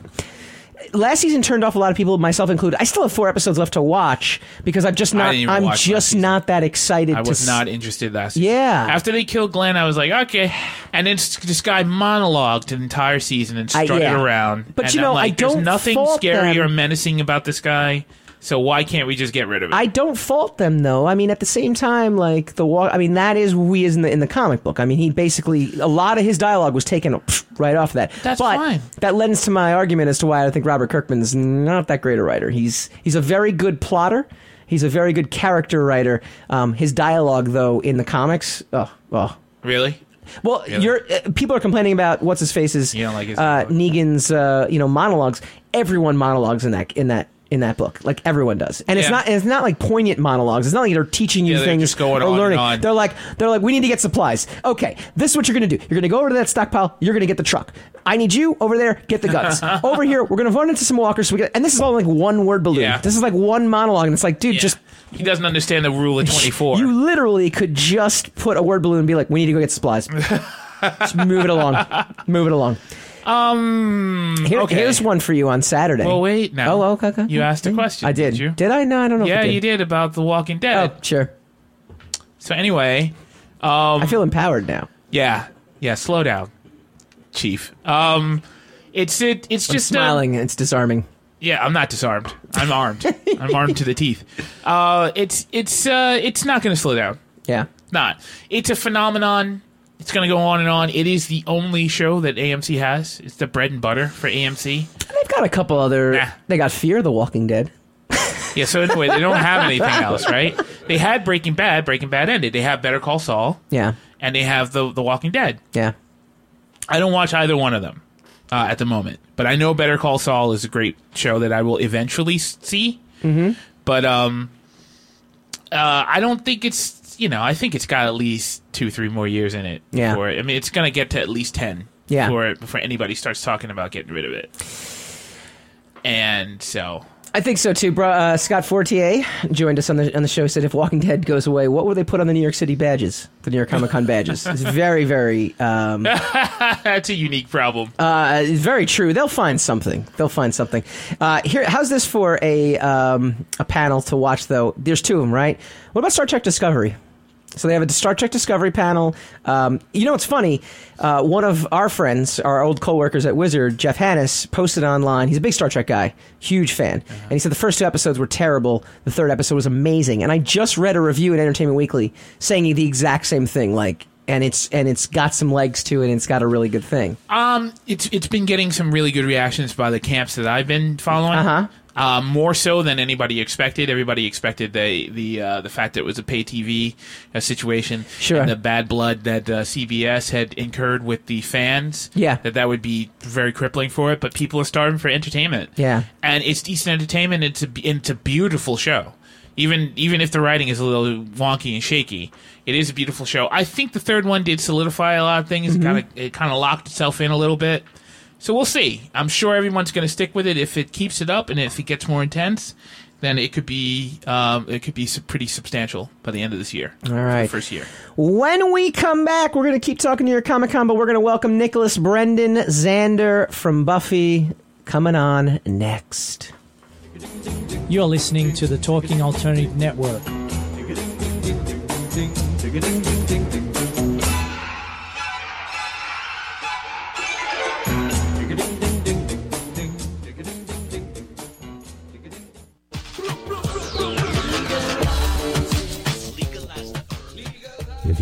Speaker 1: last season turned off a lot of people, myself included. I still have four episodes left to watch because I'm just
Speaker 2: I
Speaker 1: not.
Speaker 2: didn't even watch
Speaker 1: I'm
Speaker 2: last
Speaker 1: just
Speaker 2: season.
Speaker 1: not that excited.
Speaker 2: I
Speaker 1: to
Speaker 2: was
Speaker 1: s-
Speaker 2: not interested last season.
Speaker 1: Yeah.
Speaker 2: After they killed Glenn, I was like, okay. And then s- this guy monologued an entire season and strutted
Speaker 1: yeah.
Speaker 2: around.
Speaker 1: But
Speaker 2: And
Speaker 1: you
Speaker 2: I'm
Speaker 1: know, I
Speaker 2: like, there's
Speaker 1: don't
Speaker 2: nothing
Speaker 1: fault
Speaker 2: scary
Speaker 1: them.
Speaker 2: or menacing about this guy. So why can't we just get rid of it?
Speaker 1: I don't fault them though. I mean, at the same time, like the walk. I mean, that is who he is in the in the comic book. I mean, he basically a lot of his dialogue was taken pff, right off that.
Speaker 2: That's
Speaker 1: but
Speaker 2: fine.
Speaker 1: That lends to my argument as to why I think Robert Kirkman's not that great a writer. He's he's a very good plotter. He's a very good character writer. Um, his dialogue though in the comics, oh, oh.
Speaker 2: really?
Speaker 1: Well,
Speaker 2: Yeah.
Speaker 1: you're uh, people are complaining about what's his face's
Speaker 2: You don't like his
Speaker 1: uh,
Speaker 2: dialogue.
Speaker 1: Negan's uh, you know monologues. Everyone monologues in that in that in that book. Like everyone does, and it's
Speaker 2: Yeah.
Speaker 1: not and it's not like poignant monologues. It's not like they're teaching you
Speaker 2: Yeah, they're
Speaker 1: things
Speaker 2: just going
Speaker 1: or
Speaker 2: on and
Speaker 1: learning.
Speaker 2: on.
Speaker 1: They're like they're like we need to get supplies. Okay, this is what you're gonna do. You're gonna go over to that stockpile. You're gonna get the truck. I need you over there. Get the
Speaker 2: [laughs]
Speaker 1: guns. over here, we're gonna run into some walkers. So we get, and this is all like one word balloon.
Speaker 2: Yeah.
Speaker 1: This is like one monologue, and it's like, dude,
Speaker 2: Yeah.
Speaker 1: just
Speaker 2: he doesn't understand the rule of twenty four.
Speaker 1: you literally could just put a word balloon and be like, "We need to go get
Speaker 2: [laughs]
Speaker 1: supplies." just move it along. Move it along.
Speaker 2: um.
Speaker 1: Here-
Speaker 2: okay.
Speaker 1: Here's one for you on Saturday.
Speaker 2: Well, wait now.
Speaker 1: Oh, okay, okay.
Speaker 2: You asked a question.
Speaker 1: I did.
Speaker 2: Did you?
Speaker 1: I? No, I don't know. if
Speaker 2: yeah,
Speaker 1: I did.
Speaker 2: you did about The Walking Dead.
Speaker 1: Oh, sure.
Speaker 2: So anyway,
Speaker 1: I
Speaker 2: Um,
Speaker 1: feel empowered now.
Speaker 2: yeah, yeah. Slow down, Chief. Um, it's it. It's just uh, a-
Speaker 1: Smiling, it's disarming.
Speaker 2: Yeah, I'm not disarmed.
Speaker 1: [laughs]
Speaker 2: I'm armed. I'm armed to the teeth. Uh, it's it's uh, it's not going to slow down.
Speaker 1: Yeah.
Speaker 2: Not. It's a phenomenon. It's going to go on and on. It is the only show that AMC has. It's the bread and butter for AMC.
Speaker 1: They've got a couple other.
Speaker 2: Nah.
Speaker 1: They got Fear the Walking Dead.
Speaker 2: Yeah. So anyway, they don't have anything else, right? They had Breaking Bad. Breaking Bad ended. They have Better Call Saul,
Speaker 1: Yeah.
Speaker 2: and they have the The Walking Dead.
Speaker 1: Yeah.
Speaker 2: I don't watch either one of them uh, at the moment, but I know Better Call Saul is a great show that I will eventually s- see. Mm-hmm. But um, uh, I don't think it's you know I think it's got at least two three more years in it.
Speaker 1: Yeah.
Speaker 2: Before, I mean, it's gonna get to at least ten.
Speaker 1: Yeah.
Speaker 2: Before it- before anybody starts talking about getting rid of it. And so
Speaker 1: I think so too. Bro, uh, Scott Fortier joined us on the on the show. Said if Walking Dead goes away, what will they put on the New York City badges, the New York Comic Con badges? It's very, very, um,
Speaker 2: that's a unique problem.
Speaker 1: uh, it's very true. They'll find something. They'll find something. Uh, here, how's this for a um, a panel to watch though? There's two of them, right? What about Star Trek Discovery? So they have a Star Trek Discovery panel. Um, you know, it's funny. Uh, one of our friends, our old coworkers at Wizard, Jeff Hannis, posted online. He's a big Star Trek guy, huge fan, and he said the first two episodes were terrible. The third episode was amazing. And I just read a review in Entertainment Weekly saying the exact same thing. Like, and it's and it's got some legs to it, and it's got a really good thing.
Speaker 2: Um, it's it's been getting some really good reactions by the camps that I've been following. Uh-huh. more so than anybody expected. Everybody expected the the uh, the fact that it was a pay TV uh, situation,
Speaker 1: Sure.
Speaker 2: and the bad blood that uh, CBS had incurred with the fans.
Speaker 1: Yeah.
Speaker 2: that that would be very crippling for it. But people are starving for entertainment.
Speaker 1: Yeah.
Speaker 2: and it's decent entertainment. It's a and it's a beautiful show. Even even if the writing is a little wonky and shaky, it is a beautiful show. I think the third one did solidify a lot of things. It
Speaker 1: Mm-hmm.
Speaker 2: Kind of it kind of locked itself in a little bit. So we'll see. I'm sure everyone's going to stick with it if it keeps it up and if it gets more intense. Then it could be um, it could be su- pretty substantial by the end of this year. All
Speaker 1: right.
Speaker 2: first year.
Speaker 1: When we come back, we're going to keep talking to your Comic Con, but we're going to welcome Nicholas Brendan Zander from Buffy coming on next.
Speaker 6: You're listening to the Talking Alternative Network.
Speaker 7: If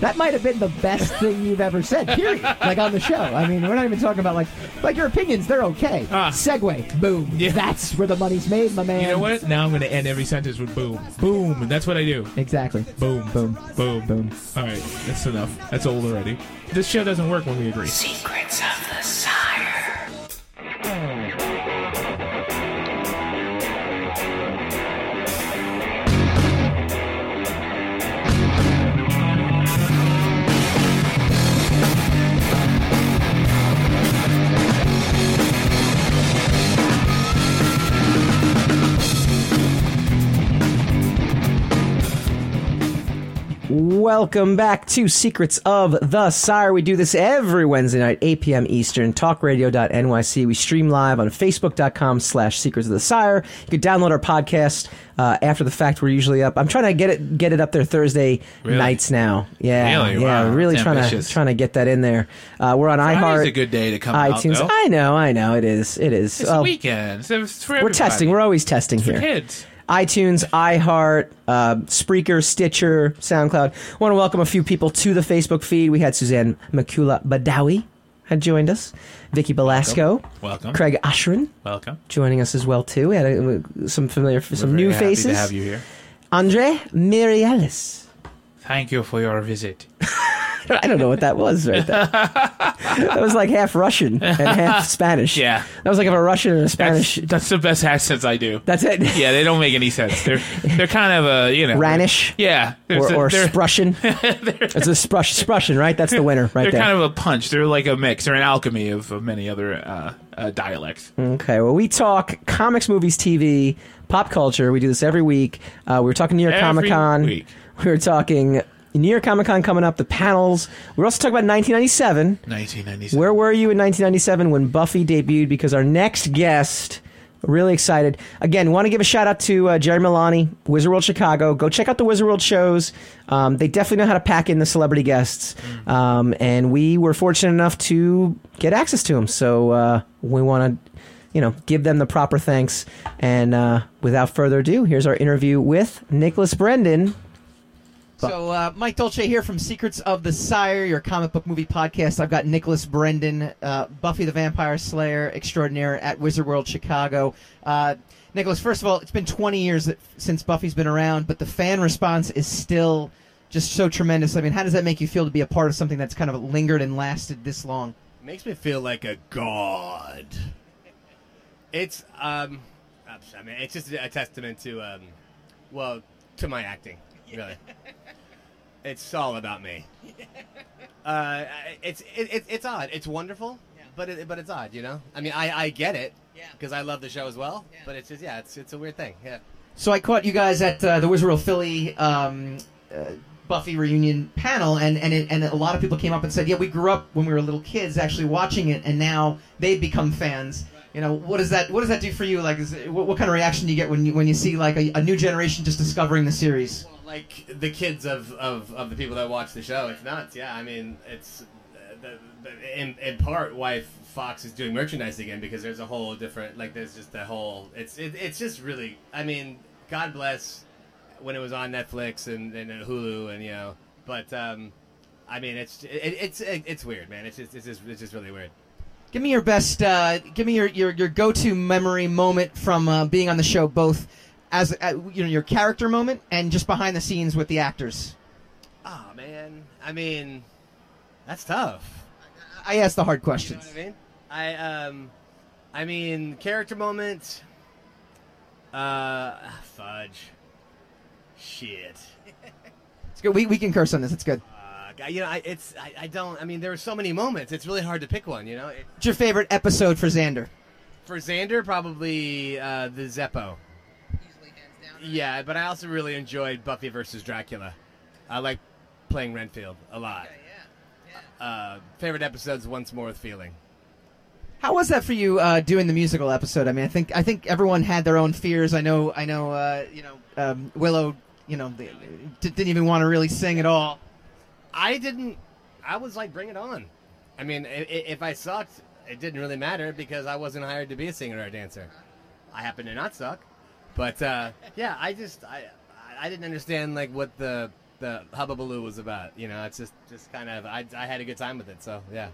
Speaker 5: That might have been the best thing you've ever said, period. like on the show. I mean, we're not even talking about like like your opinions, they're okay.
Speaker 2: Ah.
Speaker 5: Segway, boom.
Speaker 2: Yeah.
Speaker 5: That's where the money's made, my man.
Speaker 2: You know what? Now I'm going to end every sentence with boom. Boom. And that's what I do.
Speaker 5: Exactly.
Speaker 2: Boom.
Speaker 5: Boom.
Speaker 2: Boom.
Speaker 5: Boom.
Speaker 2: All right. That's enough. That's old already. This show doesn't work when we agree.
Speaker 1: Welcome back to Secrets of the Sire. We do this every Wednesday night, 8 p.m. Eastern, talkradio.nyc. We stream live on facebook.com slash secrets of the sire. You can download our podcast uh, after the fact. We're usually up. I'm trying to get it get it up there Thursday
Speaker 2: Really?
Speaker 1: nights now. Yeah.
Speaker 2: Really?
Speaker 1: Yeah.
Speaker 2: Wow.
Speaker 1: Really
Speaker 2: It's
Speaker 1: trying
Speaker 2: ambitious.
Speaker 1: to trying to get that in there. Uh, we're on
Speaker 2: Friday's
Speaker 1: iHeart.
Speaker 2: a good day to come out,
Speaker 1: iTunes.
Speaker 2: though.
Speaker 1: I know, I know. It is. It is.
Speaker 2: It's
Speaker 1: Oh,
Speaker 2: a weekend. It's- it's for
Speaker 1: we're
Speaker 2: everybody.
Speaker 1: testing. We're always testing
Speaker 2: for
Speaker 1: here
Speaker 2: kids.
Speaker 1: iTunes, iHeart, uh, Spreaker, Stitcher, SoundCloud. want to welcome a few people to the Facebook feed. We had Suzanne Makula Badawi had joined us, Vicky Belasco,
Speaker 2: Welcome.
Speaker 1: Craig Asherin
Speaker 2: Welcome.
Speaker 1: joining us as well too. We had uh, some familiar, some
Speaker 2: We're
Speaker 1: new
Speaker 2: very happy
Speaker 1: faces.
Speaker 2: to have you here.
Speaker 1: Andre Mirialis.
Speaker 2: Thank you for your visit.
Speaker 1: I don't know what that was right
Speaker 2: [laughs]
Speaker 1: there. that was like half Russian and half Spanish.
Speaker 2: Yeah.
Speaker 1: That was like if a Russian and a
Speaker 2: [laughs] That's,
Speaker 1: Spanish.
Speaker 2: that's the best accents I do.
Speaker 1: That's, it.
Speaker 2: Yeah, they don't make any sense. They're they're kind of a you know
Speaker 1: Ranish.
Speaker 2: Yeah, there's
Speaker 1: Or,
Speaker 2: a-
Speaker 1: or
Speaker 2: they're, [laughs]
Speaker 1: Sprussian. it's a Sprush, Sprussian, right? That's the winner right
Speaker 2: they're
Speaker 1: there.
Speaker 2: kind of a punch. They're like a mix. They're an alchemy of, of many other uh, uh, dialects.
Speaker 1: Okay, well, we talk comics, movies, TV, pop culture. We do this every week. Uh, we were talking New York
Speaker 2: Every
Speaker 1: Comic Con. We
Speaker 2: week.
Speaker 1: were talking New York Comic Con coming up, the panels. We were also talking about 1997.
Speaker 2: 1997.
Speaker 1: Where were you in 1997 when Buffy debuted? Because our next guest, really excited. Again, want to give a shout out to uh, Jerry Milani, Wizard World Chicago. Go check out the Wizard World shows. Um, they definitely know how to pack in the celebrity guests. Um, and we were fortunate enough to get access to them. So uh, we want to, you know, give them the proper thanks. And uh, without further ado, here's our interview with Nicholas Brendan.
Speaker 5: So, uh, Mike Dolce here from Secrets of the Sire, your comic book movie podcast. I've got Nicholas Brendan, uh, Buffy the Vampire Slayer extraordinaire at Wizard World Chicago. Uh, Nicholas, first of all, it's been 20 years that, since Buffy's been around, but the fan response is still just so tremendous. I mean, how does that make you feel to be a part of something that's kind of lingered and lasted this long?
Speaker 8: Makes me feel like a god. It's um, I mean, it's just a testament to um, well, to my acting, really. it's all about me. Uh, it's it, it, it's odd. It's wonderful, but it, but it's odd, you know. I mean, I, I get it because I love the show as well. But it's just yeah, it's it's a weird thing. Yeah.
Speaker 5: So I caught you guys at uh, the Wizard World Philly um, uh, Buffy reunion panel, and and it, and a lot of people came up and said, "Yeah, we grew up when we were little kids, actually watching it, and now they've become fans." You know, what does that what does that do for you? Like, is, it- what, what kind of reaction do you get when you when you see like a, a new generation just discovering the series?
Speaker 8: Well, like the kids of, of, of the people that watch the show. It's nuts. Yeah, I mean, it's uh, the, the, in, in part why Fox is doing merchandise again because there's a whole different like there's just a whole it's it, it's just really I mean God bless when it was on Netflix and, and Hulu and you know but um I mean it's it, it's it, it's weird man it's just it's just it's just really weird.
Speaker 5: Give me your best. Uh, give me your, your, your go to memory moment from uh, being on the show, both as uh, you know your character moment and just behind the scenes with the actors.
Speaker 8: Oh man, I mean that's tough.
Speaker 5: I asked the hard
Speaker 8: You know
Speaker 5: questions.
Speaker 8: what I mean? I um, I mean character moment. Uh, ah, fudge. Shit.
Speaker 5: It's good. We, we can curse on this. It's good.
Speaker 8: Uh, you know, I, it's I, I don't. I mean, there were so many moments. It's really hard to pick one. You know, it,
Speaker 5: What's your favorite episode for Xander?
Speaker 8: for Xander, probably uh, the Zeppo. Yeah, but I also really enjoyed Buffy versus Dracula. I like playing Renfield a lot. Uh, favorite episodes once more with feeling.
Speaker 5: How was that for you uh, doing the musical episode? I mean, I think I think everyone had their own fears. I know I know uh, you know um, Willow. You know, the, d- didn't even want to really sing at all.
Speaker 8: I didn't. I was like, bring it on. I mean, i- i- if I sucked, it didn't really matter because I wasn't hired to be a singer or a dancer. I happened to not suck, but uh, yeah, I just I I- I didn't understand like what the the hubbubaloo was about. You know, it's just just kind of I, I had a good time with it. So yeah.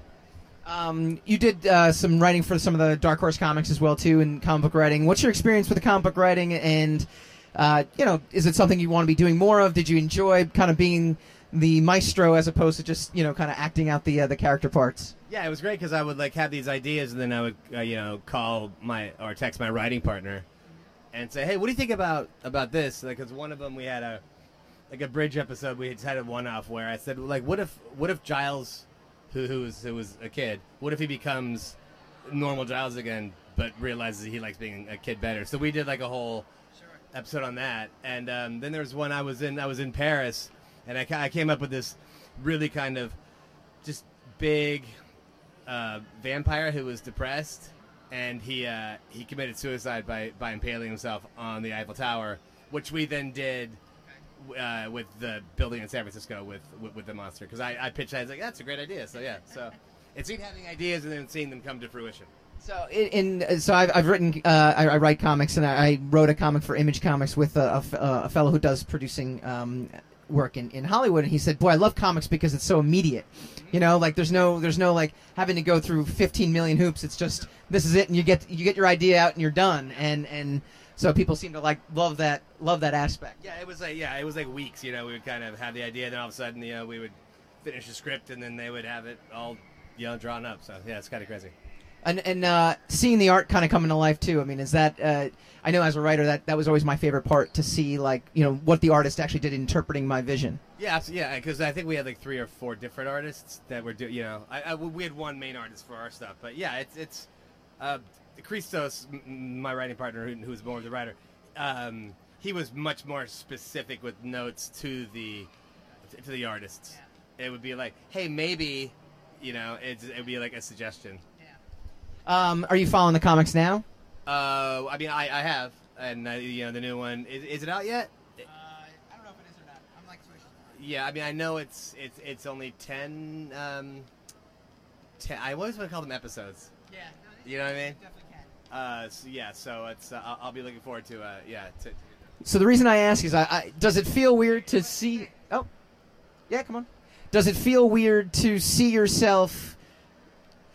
Speaker 5: Um, you did uh, some writing for some of the Dark Horse comics as well, too, and comic book writing. What's your experience with the comic book writing? And uh, you know, is it something you want to be doing more of? Did you enjoy kind of being the maestro as opposed to just you know kind of acting out the uh, the character parts?
Speaker 8: Yeah, it was great because I would like have these ideas, and then I would uh, you know call my or text my writing partner, and say, "Hey, what do you think about about this?" Like, because one of them we had a like a bridge episode. We had had a one-off where I said, "Like, what if what if Giles, who who was who was a kid, what if he becomes normal Giles again, but realizes he likes being a kid better?" So we did like a whole episode on that, and um, then there was one I was in I was in Paris, and I, ca- I came up with this really kind of just big uh, vampire who was depressed, and he uh, he committed suicide by by impaling himself on the Eiffel Tower, which we then did uh, with the building in San Francisco with with, with the monster. Because I, I pitched that, I was like, that's a great idea. So yeah, so it's neat having ideas and then seeing them come to fruition.
Speaker 5: So it, and uh, so I've, I've written uh, I, I write comics and I, I wrote a comic for Image Comics with a, a f- uh, a fellow who does producing um, work in, in Hollywood and he said boy I love comics because it's so immediate you know like there's no there's no like having to go through 15 million hoops it's just this is it and you get you get your idea out and you're done and and so people seem to like love that love that aspect
Speaker 8: Yeah, it was like yeah, it was like weeks. You know, we would kind of have the idea, then all of a sudden, you know, we would finish the script, and then they would have it all, you know, drawn up. So yeah, it's kind of crazy.
Speaker 5: and and uh, seeing the art kind of coming to life too. I mean, is that uh, I know as a writer that that was always my favorite part to see like you know what the artist actually did interpreting my vision.
Speaker 8: Yeah, abso- yeah, because I think we had like three or four different artists that were do. You know, I, I- we had one main artist for our stuff, but yeah, it's it's uh, Christos, m- m- my writing partner, who, who was more of the writer. Um, he was much more specific with notes to the to the artists. It would be like, hey, maybe, you know, it's, it would be like a suggestion.
Speaker 5: Um, are you following the comics now?
Speaker 8: Uh, I mean, I, I have, and uh, you know, the new one is, is it out yet? Yeah, I mean, I know it's it's it's only ten. Um, ten. I always want to call them episodes.
Speaker 5: Yeah.
Speaker 8: You know what I mean? Uh, so, yeah. So it's uh, I'll, I'll be looking forward to uh, yeah. To,
Speaker 5: So the reason I ask is, I, I does it feel weird to see? Oh, yeah, come on. Does it feel weird to see yourself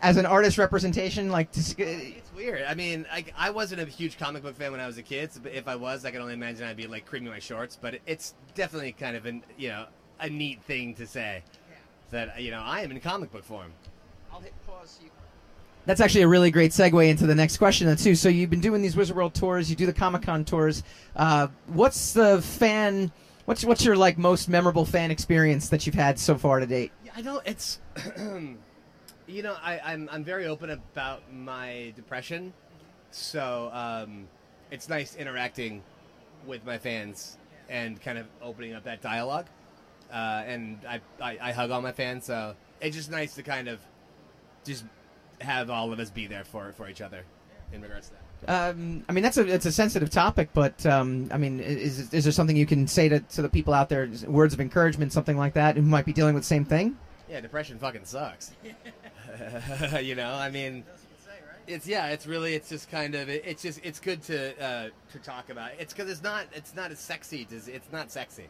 Speaker 5: as an artist representation? Like, to, uh, s-
Speaker 8: it's weird. I mean, I, I wasn't a huge comic book fan when I was a kid. So if I was, I can only imagine I'd be like creaming my shorts. But it's definitely kind of an you know a neat thing to say that you know I am in comic book form.
Speaker 5: I'll hit pause. So you That's actually a really great segue into the next question, too. So you've been doing these Wizard World tours, you do the Comic Con tours. Uh, what's the fan? What's what's your like most memorable fan experience that you've had so far to date?
Speaker 8: Yeah, I don't. It's, you know, I, I'm I'm very open about my depression, so um, it's nice interacting with my fans and kind of opening up that dialogue. Uh, and I, I I hug all my fans, so it's just nice to kind of just have all of us be there for for each other in regards to that.
Speaker 5: Um, I mean, that's a it's a sensitive topic, but um, I mean, i- is is there something you can say to, to the people out there, words of encouragement, something like that, who might be dealing with the same thing?
Speaker 8: Yeah, depression fucking sucks. [laughs] you know, I mean, it's yeah, it's really, it's just kind of, it, it's just, it's good to uh, to talk about. It's because it's not, it's not as sexy. to- It's not sexy.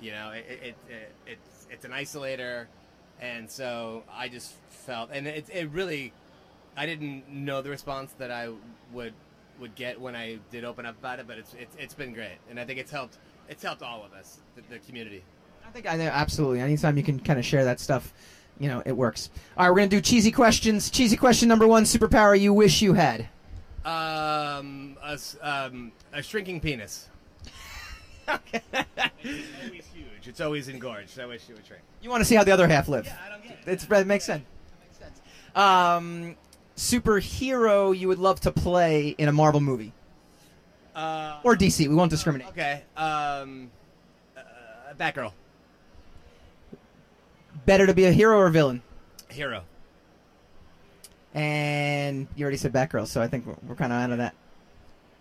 Speaker 8: You know, it, it, it it's it's an isolator, and so I just felt, and it, it really, I didn't know the response that I would would get when I did open up about it, but it's it's, it's been great, and I think it's helped. It's helped all of us, the, the community.
Speaker 5: I think I know, absolutely. Anytime you can kind of share that stuff, you know, it works. All right, we're gonna do cheesy questions. Cheesy question number one: superpower you wish you had.
Speaker 8: Um, a, s- um, a shrinking penis. [laughs] it's always huge. It's always engorged. I wish it would shrink.
Speaker 5: You want to see how the other half live. Yeah, I don't get it. It's, that makes sense. Um, superhero you would love to play in a Marvel movie
Speaker 8: Uh,
Speaker 5: or DC. We won't discriminate.
Speaker 8: okay. Um, uh, Batgirl,
Speaker 5: Better to be a hero or villain.
Speaker 8: hero.
Speaker 5: And you already said Batgirl, so I think we're, we're kind of out of that.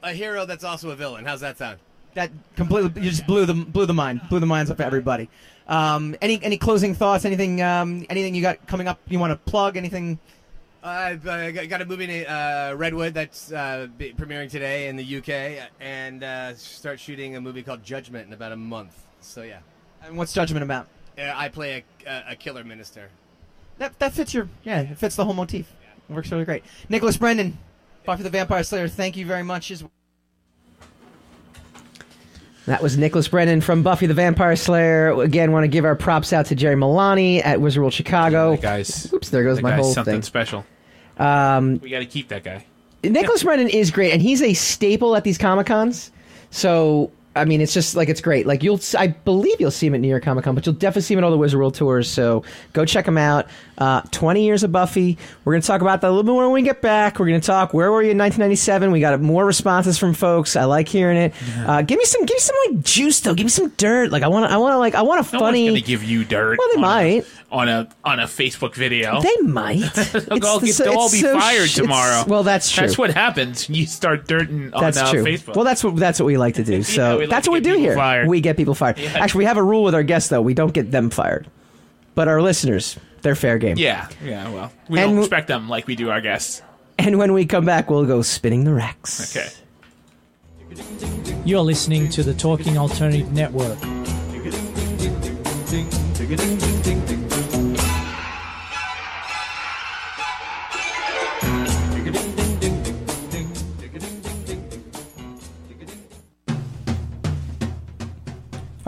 Speaker 8: A hero that's also a villain. How's that sound?
Speaker 5: That completely you just blew the blew the mind blew the minds up everybody. Um, any any closing thoughts? Anything um, anything you got coming up? You want to plug anything?
Speaker 8: Uh, I got- got a movie in uh, Redwood that's uh, be- premiering today in the UK, and uh, start shooting a movie called Judgment in about a month. So yeah,
Speaker 5: And what's Judgment about?
Speaker 8: Uh, I play a, a, a killer minister.
Speaker 5: That, that fits your yeah, it fits the whole motif. It works really great. Nicholas Brendan, Buffy the Vampire Slayer. Thank you very much. As
Speaker 1: That was Nicholas Brennan from Buffy the Vampire Slayer. Again, want to give our props out to Jerry Milani at Wizard World Chicago.
Speaker 2: guys.
Speaker 1: Oops, there goes
Speaker 2: That
Speaker 1: my
Speaker 2: guy's
Speaker 1: whole
Speaker 2: something
Speaker 1: thing.
Speaker 2: special.
Speaker 1: Um,
Speaker 2: We got to keep that guy.
Speaker 1: Nicholas Brennan is great, and he's a staple at these Comic Cons. So I mean, it's just like it's great. Like you'll, I believe you'll see him at New York Comic Con, but you'll definitely see him at all the Wizard World tours. So go check him out. Uh, Twenty years of Buffy. We're gonna talk about that a little bit more when we get back. We're gonna talk where were you in 1997. We got more responses from folks. I like hearing it. Uh, give me some, give me some like juice though. Give me some dirt. Like I want, to I want to like, I want a
Speaker 2: No
Speaker 1: funny.
Speaker 2: one's gonna give you dirt.
Speaker 1: Well, they
Speaker 2: on
Speaker 1: might.
Speaker 2: A, on a on a Facebook video.
Speaker 1: They might.
Speaker 2: [laughs] They'll all,
Speaker 1: It's
Speaker 2: get,
Speaker 1: so-
Speaker 2: they'll all
Speaker 1: it's
Speaker 2: be
Speaker 1: so
Speaker 2: fired
Speaker 1: sh- it's-
Speaker 2: tomorrow.
Speaker 1: well, that's true.
Speaker 2: That's what happens. You start dirting on
Speaker 1: That's
Speaker 2: uh,
Speaker 1: true.
Speaker 2: Facebook.
Speaker 1: Well, that's what that's what we like to do.
Speaker 2: [laughs] Yeah,
Speaker 1: So
Speaker 2: we like
Speaker 1: that's
Speaker 2: to
Speaker 1: what we
Speaker 2: get
Speaker 1: do
Speaker 2: people
Speaker 1: here.
Speaker 2: fired.
Speaker 1: We get people fired.
Speaker 2: Yeah.
Speaker 1: Actually, we have a rule with our guests though. We don't get them fired, but our listeners, they're fair game.
Speaker 2: yeah, yeah. Well, we
Speaker 1: And
Speaker 2: don't
Speaker 1: w-
Speaker 2: respect them like we do our guests.
Speaker 1: And when we come back, we'll go spinning the racks.
Speaker 2: Okay.
Speaker 6: You're listening to the Talking Alternative Network.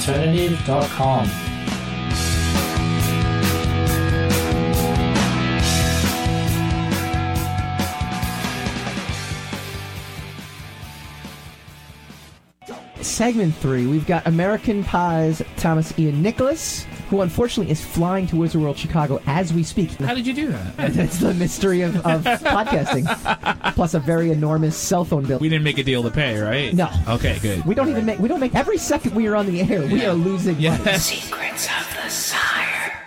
Speaker 6: TalkingAlternative.com.
Speaker 5: segment three, we've got American Pie's Thomas Ian Nicholas, who unfortunately is flying to Wizard World Chicago as we speak.
Speaker 2: How did you do that?
Speaker 5: [laughs] That's the mystery of, of podcasting, plus a very enormous cell phone bill.
Speaker 2: We didn't make a deal to pay, right?
Speaker 5: No.
Speaker 2: Okay. Good.
Speaker 5: We don't even make. We don't make. Every second we are on the air, we are losing money.
Speaker 9: Secrets of the Sire.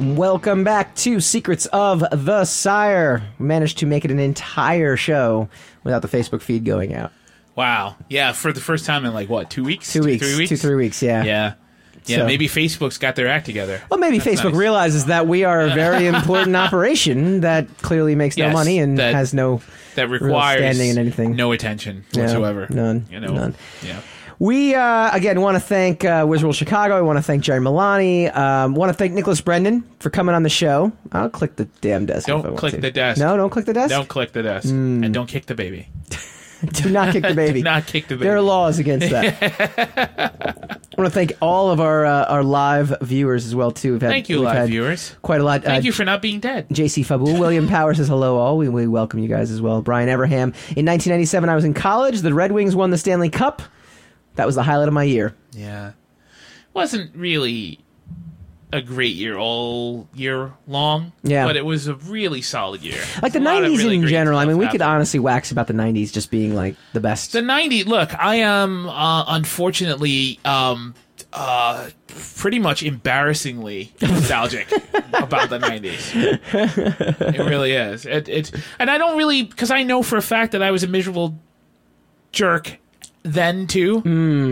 Speaker 1: Welcome back to Secrets of the Sire. We managed to make it an entire show without the Facebook feed going out.
Speaker 2: Wow. Yeah. For the first time in like what two weeks?
Speaker 1: Two weeks,
Speaker 2: Three weeks.
Speaker 1: two three weeks. Yeah.
Speaker 2: Yeah. Yeah.
Speaker 1: So- Oh,
Speaker 2: Maybe Facebook's got their act together.
Speaker 1: Well, maybe
Speaker 2: That's
Speaker 1: Facebook
Speaker 2: nice.
Speaker 1: realizes that we are a
Speaker 2: [laughs]
Speaker 1: very important operation that clearly makes no
Speaker 2: Yes,
Speaker 1: money and
Speaker 2: that-
Speaker 1: has no
Speaker 2: that
Speaker 1: real
Speaker 2: requires
Speaker 1: standing in anything.
Speaker 2: no attention
Speaker 1: No,
Speaker 2: whatsoever.
Speaker 1: none,
Speaker 2: You know.
Speaker 1: none.
Speaker 2: Yeah.
Speaker 1: We uh, again want to thank uh, Wizard World Chicago. I want to thank Jerry Milani. Um, want to thank Nicholas Brendan for coming on the show. I'll click the damn desk. if I
Speaker 2: Don't
Speaker 1: want
Speaker 2: click
Speaker 1: to.
Speaker 2: the desk.
Speaker 1: No, don't click the desk.
Speaker 2: Don't click the desk. And don't kick the baby.
Speaker 1: Do not kick the baby.
Speaker 2: Do [laughs] not kick the baby.
Speaker 1: There are laws against that.
Speaker 2: [laughs]
Speaker 1: I want to thank all of our uh, our live viewers as well too. We've had,
Speaker 2: Thank you,
Speaker 1: we've
Speaker 2: live
Speaker 1: had
Speaker 2: viewers.
Speaker 1: Quite a lot.
Speaker 2: Thank
Speaker 1: uh,
Speaker 2: you for not being dead.
Speaker 1: JC Fabu, William Power says hello all. We, we welcome you guys as well. Brian Everham. In 1997, I was in college. The Red Wings won the Stanley Cup. That was the highlight of my year.
Speaker 2: Yeah. Wasn't really a great year all year long.
Speaker 1: Yeah.
Speaker 2: But it was a really solid year.
Speaker 1: Like the
Speaker 2: A lot of
Speaker 1: 90s
Speaker 2: really
Speaker 1: in
Speaker 2: great
Speaker 1: general. I
Speaker 2: stuff
Speaker 1: mean, we could
Speaker 2: happened.
Speaker 1: honestly wax about the 90s just being like the best.
Speaker 2: The 90, look, I am uh, unfortunately um uh pretty much embarrassingly
Speaker 1: [laughs]
Speaker 2: nostalgic about the 90s. It really is. It it and I don't really cuz I know for a fact that I was a miserable jerk then too,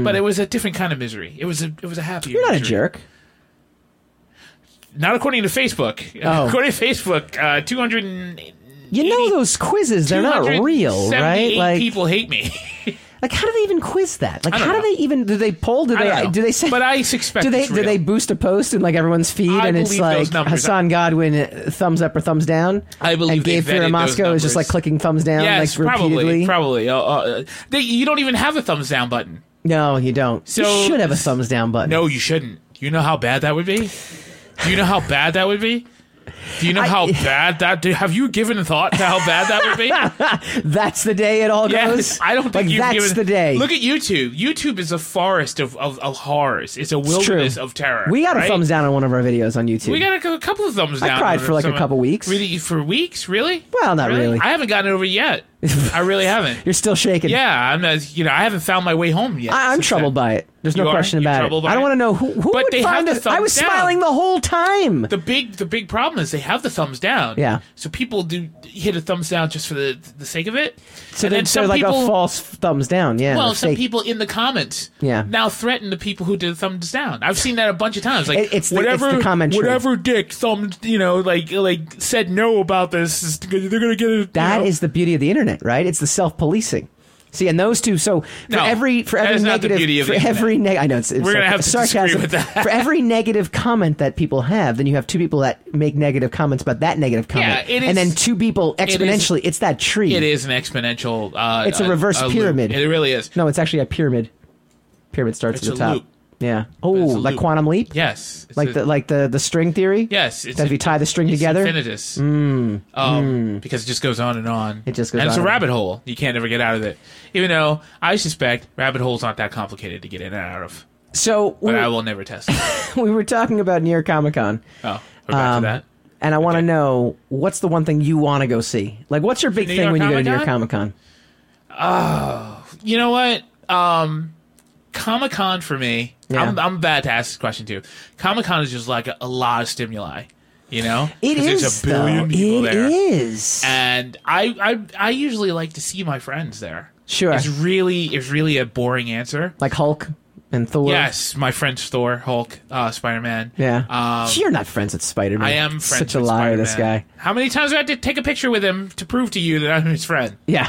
Speaker 2: but it was a different kind of misery. It was a it was a happier
Speaker 1: Hmm. You're not a
Speaker 2: misery.
Speaker 1: jerk.
Speaker 2: Not according to Facebook.
Speaker 1: Oh.
Speaker 2: [laughs] According to Facebook, uh 200 and-
Speaker 1: You know those quizzes, they're not real, right?
Speaker 2: 278
Speaker 1: Like,
Speaker 2: people hate me. [laughs]
Speaker 1: like how do they even quiz that? Like
Speaker 2: I don't
Speaker 1: how do
Speaker 2: know.
Speaker 1: they even do they poll? Do
Speaker 2: I don't
Speaker 1: they
Speaker 2: know.
Speaker 1: do they say
Speaker 2: But I suspect
Speaker 1: do they
Speaker 2: it's
Speaker 1: do they
Speaker 2: real.
Speaker 1: boost a post in like everyone's feed
Speaker 2: I
Speaker 1: and it's
Speaker 2: believe those
Speaker 1: like
Speaker 2: numbers.
Speaker 1: Hassan Godwin uh, thumbs up or thumbs down?
Speaker 2: I believe
Speaker 1: and
Speaker 2: they
Speaker 1: Gabe Fear
Speaker 2: vetted
Speaker 1: in
Speaker 2: those
Speaker 1: Moscow is just
Speaker 2: numbers.
Speaker 1: like clicking thumbs down
Speaker 2: yes,
Speaker 1: like repeatedly.
Speaker 2: probably, probably. Uh, uh, they, you don't even have a thumbs down button.
Speaker 1: No, you don't.
Speaker 2: So-
Speaker 1: you should have a thumbs down button.
Speaker 2: No, you shouldn't. you know how bad that would be? Do you know how bad that would be? Do you
Speaker 1: [laughs]
Speaker 2: know how bad that? Do, have you given thought to how bad that would
Speaker 1: [laughs]
Speaker 2: be?
Speaker 1: that's the day it all goes.
Speaker 2: I don't think
Speaker 1: Like,
Speaker 2: you've
Speaker 1: that's
Speaker 2: given-
Speaker 1: the day.
Speaker 2: Look at YouTube. YouTube is a forest of, of, of horrors. It's a
Speaker 1: It's true.
Speaker 2: wilderness of terror.
Speaker 1: We got a
Speaker 2: right?
Speaker 1: thumbs down on one of our videos on YouTube.
Speaker 2: We got a cou- couple of thumbs
Speaker 1: I
Speaker 2: down.
Speaker 1: cried for like a
Speaker 2: Someone-
Speaker 1: couple weeks.
Speaker 2: Really, for weeks, really?
Speaker 1: Well, not really.
Speaker 2: I haven't gotten over it yet.
Speaker 1: [laughs]
Speaker 2: I really haven't.
Speaker 1: You're still shaking.
Speaker 2: Yeah, I'm. Not, you know, I haven't found my way home yet.
Speaker 1: I, I'm
Speaker 2: since
Speaker 1: troubled
Speaker 2: then.
Speaker 1: by it. There's no
Speaker 2: You are?
Speaker 1: question
Speaker 2: You're
Speaker 1: about it.
Speaker 2: troubled by
Speaker 1: I don't
Speaker 2: it?
Speaker 1: want to know who, who
Speaker 2: but
Speaker 1: would
Speaker 2: they
Speaker 1: find
Speaker 2: have the
Speaker 1: a- I was
Speaker 2: thumbs down.
Speaker 1: smiling the whole time.
Speaker 2: The big, the big problem is they have the thumbs down.
Speaker 1: Yeah.
Speaker 2: So people do hit a thumbs down just for the the sake of it.
Speaker 1: So
Speaker 2: and
Speaker 1: they,
Speaker 2: then
Speaker 1: so
Speaker 2: some
Speaker 1: like
Speaker 2: people,
Speaker 1: a false thumbs down. Yeah.
Speaker 2: well,
Speaker 1: a
Speaker 2: some
Speaker 1: fake-
Speaker 2: people in the comments
Speaker 1: Yeah.
Speaker 2: now threaten the people who did thumbs down. I've seen that a bunch of times. Like
Speaker 1: It- it's the- it's
Speaker 2: whatever,
Speaker 1: the comment tree.
Speaker 2: whatever dick thumbs, you know, like like said no about this. is- They're gonna get a
Speaker 1: That is
Speaker 2: you know.
Speaker 1: the beauty of the internet, right? It's the self policing. See, and those two. So for
Speaker 2: No,
Speaker 1: every for
Speaker 2: that
Speaker 1: every
Speaker 2: is not the
Speaker 1: negative,
Speaker 2: beauty of
Speaker 1: for
Speaker 2: the internet.
Speaker 1: every neg- I know it's, it's
Speaker 2: We're gonna
Speaker 1: sarc-
Speaker 2: have to
Speaker 1: sarcasm.
Speaker 2: disagree with that.
Speaker 1: for every negative comment that people have, then you have two people that make negative comments about that negative comment,
Speaker 2: it is-
Speaker 1: and then two people
Speaker 2: it is-
Speaker 1: exponentially. it's that tree.
Speaker 2: It is an exponential. Uh,
Speaker 1: It's a reverse
Speaker 2: loop.
Speaker 1: pyramid.
Speaker 2: It really is.
Speaker 1: No, it's actually a pyramid. Pyramid starts
Speaker 2: It's
Speaker 1: at the
Speaker 2: a
Speaker 1: top.
Speaker 2: loop.
Speaker 1: Yeah. Oh, like
Speaker 2: loop.
Speaker 1: quantum leap.
Speaker 2: Yes. It's
Speaker 1: Like
Speaker 2: a-
Speaker 1: the like the the string theory.
Speaker 2: Yes, it's
Speaker 1: that if you
Speaker 2: in-
Speaker 1: tie the string
Speaker 2: it's
Speaker 1: together.
Speaker 2: infinitus.
Speaker 1: Mm,
Speaker 2: um,
Speaker 1: mm.
Speaker 2: because it just goes on and on. It
Speaker 1: just goes
Speaker 2: and it's
Speaker 1: on
Speaker 2: a
Speaker 1: and on.
Speaker 2: rabbit hole. You can't ever get out of it. Even though I suspect rabbit holes aren't that complicated to get in and out of.
Speaker 1: So
Speaker 2: But
Speaker 1: we-
Speaker 2: I will
Speaker 1: [laughs]
Speaker 2: never test. it.
Speaker 1: we were talking about near Comic Con.
Speaker 2: Oh, we're back
Speaker 1: Um,
Speaker 2: to that.
Speaker 1: And I want to know what's the one thing you want to go see? Like, what's your big
Speaker 2: New
Speaker 1: thing
Speaker 2: York
Speaker 1: when you go to New York Comic
Speaker 2: Comic-Con?
Speaker 1: Con?
Speaker 2: Oh, you know what? Um, Comic Con for me,
Speaker 1: Yeah.
Speaker 2: I'm, I'm bad to ask this question too. Comic Con is just like a, a lot of stimuli. You know,
Speaker 1: It
Speaker 2: 'Cause
Speaker 1: is,
Speaker 2: There's a billion
Speaker 1: though.
Speaker 2: people
Speaker 1: It
Speaker 2: there.
Speaker 1: is.
Speaker 2: and I, I, I usually like to see my friends there.
Speaker 1: Sure.
Speaker 2: it's really, it's really a boring answer.
Speaker 1: Like Hulk and Thor.
Speaker 2: Yes, my friends Thor, Hulk, uh, Spider Man.
Speaker 1: Yeah.
Speaker 2: Um,
Speaker 1: You're not friends with Spider Man.
Speaker 2: I am friends
Speaker 1: Such a
Speaker 2: with
Speaker 1: liar, this
Speaker 2: Spider-Man.
Speaker 1: guy.
Speaker 2: How many times do I have to take a picture with him to prove to you that I'm his friend?
Speaker 1: Yeah.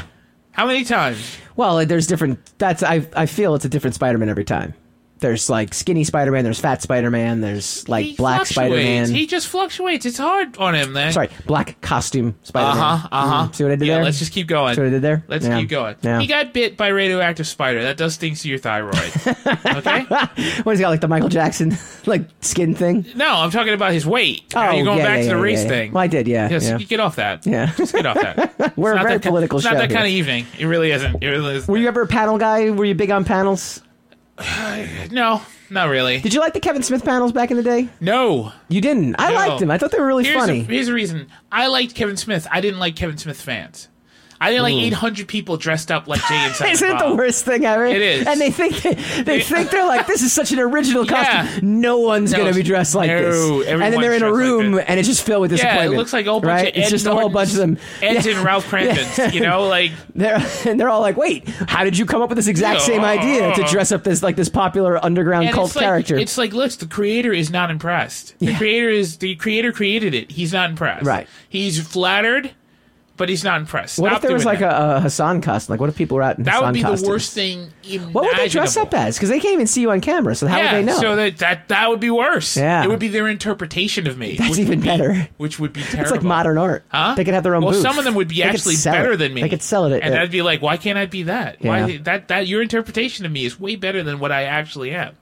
Speaker 2: How many times?
Speaker 1: Well, there's different. That's I. I feel it's a different Spider Man every time. There's like skinny Spider Man. There's fat Spider Man. There's like
Speaker 2: He
Speaker 1: black
Speaker 2: fluctuates.
Speaker 1: Spider Man.
Speaker 2: He just fluctuates. It's hard on him, man.
Speaker 1: Sorry, black costume Spider Man.
Speaker 2: Uh-huh, uh-huh.
Speaker 1: see what I did
Speaker 2: Yeah,
Speaker 1: there?
Speaker 2: let's just keep going.
Speaker 1: See what I did there?
Speaker 2: Let's
Speaker 1: Yeah.
Speaker 2: keep going.
Speaker 1: Yeah.
Speaker 2: He got bit by radioactive spider. That does things to
Speaker 1: [laughs]
Speaker 2: your thyroid.
Speaker 1: what has he got? Like the Michael Jackson [laughs] like skin thing.
Speaker 2: no, I'm talking about his weight. Now
Speaker 1: Oh,
Speaker 2: you're going
Speaker 1: yeah,
Speaker 2: back
Speaker 1: yeah,
Speaker 2: to the
Speaker 1: yeah,
Speaker 2: race
Speaker 1: yeah, yeah.
Speaker 2: thing.
Speaker 1: Well, I did, yeah,
Speaker 2: Yes,
Speaker 1: yeah.
Speaker 2: you get off that.
Speaker 1: Yeah.
Speaker 2: Just get
Speaker 1: [laughs]
Speaker 2: off that.
Speaker 1: We're a
Speaker 2: It's not
Speaker 1: very
Speaker 2: that ki-
Speaker 1: political
Speaker 2: It's not
Speaker 1: show
Speaker 2: that
Speaker 1: here.
Speaker 2: kind of evening. It really isn't. It really isn't.
Speaker 1: Were you ever a panel guy? Were you big on panels?
Speaker 2: No, not really.
Speaker 1: Did you like the Kevin Smith panels back in the day?
Speaker 2: No,
Speaker 1: you didn't. I
Speaker 2: No.
Speaker 1: liked them. I thought they were really
Speaker 2: here's
Speaker 1: funny.
Speaker 2: A, here's the reason. I liked Kevin Smith. I didn't like Kevin Smith fans. I didn't like
Speaker 1: Mm.
Speaker 2: 800 people dressed up like
Speaker 1: [laughs]
Speaker 2: Jay and Silent
Speaker 1: Isn't it the
Speaker 2: Bob.
Speaker 1: worst thing ever?
Speaker 2: It is.
Speaker 1: And they think they, they think they're like, this is such an original costume.
Speaker 2: [laughs] Yeah.
Speaker 1: No one's
Speaker 2: No,
Speaker 1: gonna be dressed like
Speaker 2: no,
Speaker 1: this. And then they're in a
Speaker 2: everyone's dressed like
Speaker 1: room
Speaker 2: this.
Speaker 1: and it's just filled with
Speaker 2: Yeah, it
Speaker 1: disappointment.
Speaker 2: looks like a whole bunch
Speaker 1: right?
Speaker 2: of
Speaker 1: It's
Speaker 2: Ed
Speaker 1: just a whole bunch of them.
Speaker 2: Eds and Ralph
Speaker 1: [laughs] Yeah.
Speaker 2: Crampins, you know, like
Speaker 1: They're and they're all like, wait, how did you come up with this exact same idea to dress up this like this popular underground
Speaker 2: and
Speaker 1: cult
Speaker 2: it's like,
Speaker 1: character?
Speaker 2: It's like, look, the creator is not impressed. The creator is the creator created it. He's not impressed.
Speaker 1: Right.
Speaker 2: He's flattered, but he's not impressed.
Speaker 1: what
Speaker 2: Stop
Speaker 1: if there was
Speaker 2: doing
Speaker 1: like
Speaker 2: that.
Speaker 1: a, a Hassan costume? Like, what if people were out in
Speaker 2: that
Speaker 1: Hassan
Speaker 2: would be
Speaker 1: costumes?
Speaker 2: the worst thing. Imaginable.
Speaker 1: What would they dress up as? Because they can't even see you on camera, so how
Speaker 2: yeah,
Speaker 1: would they know?
Speaker 2: So that, that that would be worse.
Speaker 1: Yeah.
Speaker 2: It would be their interpretation of me.
Speaker 1: That's
Speaker 2: which
Speaker 1: even
Speaker 2: would be-
Speaker 1: better.
Speaker 2: Which would be terrible.
Speaker 1: It's like modern art.
Speaker 2: Huh?
Speaker 1: They could have their own
Speaker 2: Well,
Speaker 1: booth.
Speaker 2: some of them would be
Speaker 1: They could
Speaker 2: actually
Speaker 1: sell
Speaker 2: better
Speaker 1: it.
Speaker 2: than me.
Speaker 1: They could sell it at-
Speaker 2: and
Speaker 1: at-
Speaker 2: I'd be like, why can't I be that?
Speaker 1: Yeah.
Speaker 2: Why that that your interpretation of me is way better than what I
Speaker 1: [laughs]
Speaker 2: actually am.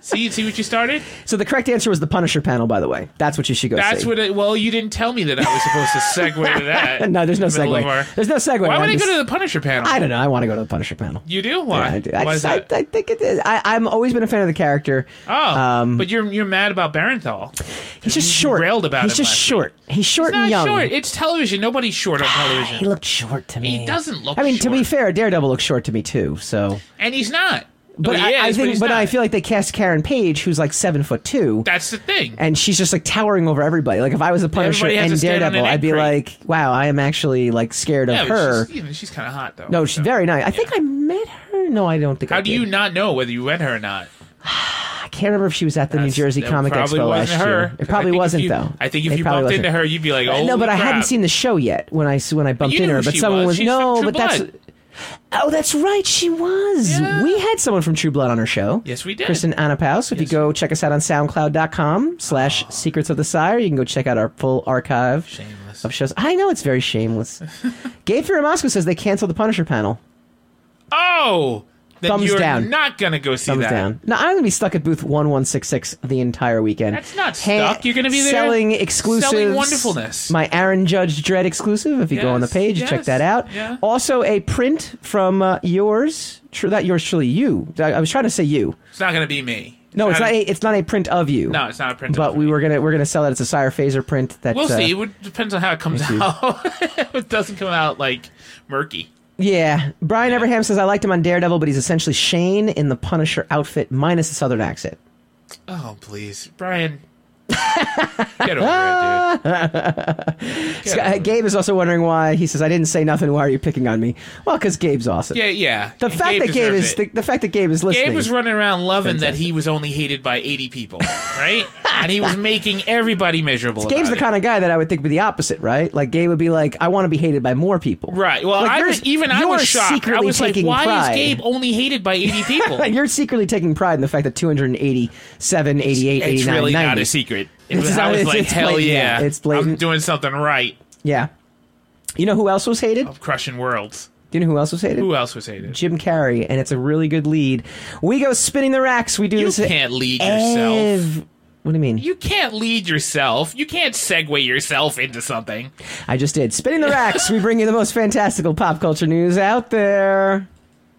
Speaker 2: see, see what you started.
Speaker 1: So the correct answer was the Punisher panel, by the way. That's what you should go
Speaker 2: That's
Speaker 1: see.
Speaker 2: what. It, well, you didn't tell me that I was supposed to
Speaker 1: [laughs]
Speaker 2: segue to that.
Speaker 1: no, there's no
Speaker 2: in the middle
Speaker 1: segue.
Speaker 2: of our-
Speaker 1: There's no segue.
Speaker 2: Why would
Speaker 1: I'm
Speaker 2: I
Speaker 1: just-
Speaker 2: go to the Punisher panel?
Speaker 1: I don't know. I want to go to the Punisher panel.
Speaker 2: You do? Why?
Speaker 1: Yeah, I do. I,
Speaker 2: Why
Speaker 1: just,
Speaker 2: is
Speaker 1: I,
Speaker 2: that?
Speaker 1: I think it is. I, I'm always been a fan of the character.
Speaker 2: oh,
Speaker 1: Um,
Speaker 2: but you're you're mad about Barenthal.
Speaker 1: he's just short.
Speaker 2: Railed about
Speaker 1: He's
Speaker 2: him
Speaker 1: just
Speaker 2: last
Speaker 1: short. He's short
Speaker 2: It's not
Speaker 1: and young.
Speaker 2: short. It's television. Nobody's short on television.
Speaker 1: He looked short to me.
Speaker 2: He doesn't look.
Speaker 1: I mean, to
Speaker 2: short.
Speaker 1: be fair, Daredevil looks short to me too. So,
Speaker 2: and he's not.
Speaker 1: but
Speaker 2: he
Speaker 1: I, I
Speaker 2: is,
Speaker 1: think,
Speaker 2: he's
Speaker 1: but,
Speaker 2: not.
Speaker 1: I feel like they cast Karen Page, who's like seven foot two.
Speaker 2: that's the thing.
Speaker 1: and she's just like towering over everybody. Like if I was the Punisher
Speaker 2: Everybody has
Speaker 1: and
Speaker 2: to stand on
Speaker 1: Daredevil,
Speaker 2: an
Speaker 1: I'd be
Speaker 2: egg
Speaker 1: like,
Speaker 2: crate.
Speaker 1: "Wow, I am actually like scared
Speaker 2: yeah,
Speaker 1: of
Speaker 2: but
Speaker 1: her."
Speaker 2: She's, you know, she's kind of hot though.
Speaker 1: no, she's very nice. I think I met her. No, I don't think.
Speaker 2: How
Speaker 1: I
Speaker 2: do
Speaker 1: did.
Speaker 2: you not know whether you met her or not?
Speaker 1: I can't remember if she was at the New Jersey
Speaker 2: That
Speaker 1: Comic
Speaker 2: probably
Speaker 1: Expo
Speaker 2: wasn't
Speaker 1: last
Speaker 2: her.
Speaker 1: year. It
Speaker 2: 'Cause I
Speaker 1: probably
Speaker 2: think if
Speaker 1: wasn't
Speaker 2: you-
Speaker 1: though.
Speaker 2: I think if
Speaker 1: It
Speaker 2: you
Speaker 1: probably
Speaker 2: bumped into
Speaker 1: wasn't.
Speaker 2: her, you'd be like,
Speaker 1: no, but I
Speaker 2: "Holy
Speaker 1: hadn't
Speaker 2: crap."
Speaker 1: seen the show yet when I s- when I bumped
Speaker 2: you
Speaker 1: into
Speaker 2: knew
Speaker 1: her.
Speaker 2: who
Speaker 1: But
Speaker 2: she
Speaker 1: someone
Speaker 2: was.
Speaker 1: was,
Speaker 2: She's
Speaker 1: no,
Speaker 2: from True
Speaker 1: but that's.
Speaker 2: Blood.
Speaker 1: Oh, that's right. She was. We had someone from True Blood on our show.
Speaker 2: Yes, we did.
Speaker 1: Kristen Anapaus. If you go check us out on soundcloud.com
Speaker 2: Oh.
Speaker 1: slash secrets of the sire, you can go check out our full archive of shows. I know it's
Speaker 2: [laughs]
Speaker 1: very shameless. Gabe Firamasco says they canceled the Punisher panel.
Speaker 2: Oh, that
Speaker 1: Thumbs
Speaker 2: you're
Speaker 1: down.
Speaker 2: not going to go see
Speaker 1: Thumbs
Speaker 2: that.
Speaker 1: down. No, I'm going to be stuck at booth 1166 the entire weekend.
Speaker 2: That's not
Speaker 1: Ha-
Speaker 2: stuck. You're going to be there
Speaker 1: selling exclusives.
Speaker 2: selling wonderfulness.
Speaker 1: My Aaron Judge Dread exclusive. If you go on the
Speaker 2: Yes,
Speaker 1: page, check
Speaker 2: yes,
Speaker 1: that out.
Speaker 2: yeah.
Speaker 1: Also, a print from uh, yours. True, not yours. Truly, you. I, I was trying to say you.
Speaker 2: It's not going to be me.
Speaker 1: No, it's not.
Speaker 2: gonna-
Speaker 1: A, it's not a print of you.
Speaker 2: No, it's not a print of
Speaker 1: But we were gonna we're gonna sell it. It's a Sire Phaser print. That
Speaker 2: we'll
Speaker 1: uh,
Speaker 2: see. It would, depends on how it comes
Speaker 1: Thank you.
Speaker 2: out. [laughs] if it doesn't come out like murky.
Speaker 1: Yeah, Brian Abraham says I liked him on Daredevil, but he's essentially Shane in the Punisher outfit minus the Southern accent.
Speaker 2: Oh please, Brian. Get over it,
Speaker 1: [laughs]
Speaker 2: dude.
Speaker 1: Sky- uh, Gabe is also wondering why he says I didn't say nothing. Why are you picking on me? Well, because Gabe's awesome.
Speaker 2: Yeah, yeah.
Speaker 1: The
Speaker 2: And
Speaker 1: fact that Gabe
Speaker 2: deserves
Speaker 1: is
Speaker 2: it.
Speaker 1: the, the fact that Gabe is listening.
Speaker 2: Gabe was running around loving that he was only hated by 80 people, right? and
Speaker 1: [laughs]
Speaker 2: he was making everybody miserable.
Speaker 1: Gabe's the
Speaker 2: about
Speaker 1: kind of guy that I would think would be the opposite, right? Like Gabe would be like, I want to be hated by more people.
Speaker 2: it. Right. Well,
Speaker 1: Like,
Speaker 2: I
Speaker 1: you're-
Speaker 2: was, even I
Speaker 1: you're
Speaker 2: was shocked. I
Speaker 1: secretly
Speaker 2: was like,
Speaker 1: taking
Speaker 2: why
Speaker 1: pride. [laughs]
Speaker 2: is Gabe only hated by 80 people?
Speaker 1: And you're secretly taking pride in the fact that 287, 88,
Speaker 2: it's
Speaker 1: 89,
Speaker 2: really not
Speaker 1: 90
Speaker 2: a secret. It
Speaker 1: It's
Speaker 2: was,
Speaker 1: not-
Speaker 2: I was
Speaker 1: it's-
Speaker 2: like,
Speaker 1: it's
Speaker 2: hell
Speaker 1: blatant,
Speaker 2: yeah.
Speaker 1: yeah. It's blatant.
Speaker 2: I'm doing something right.
Speaker 1: Yeah. You know who else was hated?
Speaker 2: Crushing worlds.
Speaker 1: Do you know who else was hated?
Speaker 2: Who else was hated?
Speaker 1: Jim Carrey, and it's a really good lead. We go spinning the racks. We do
Speaker 2: You
Speaker 1: this.
Speaker 2: can't lead yourself.
Speaker 1: ev- What do you mean?
Speaker 2: You can't lead yourself. You can't segue yourself into something.
Speaker 1: I just did. Spinning the racks. we bring you the most fantastical pop culture news out there.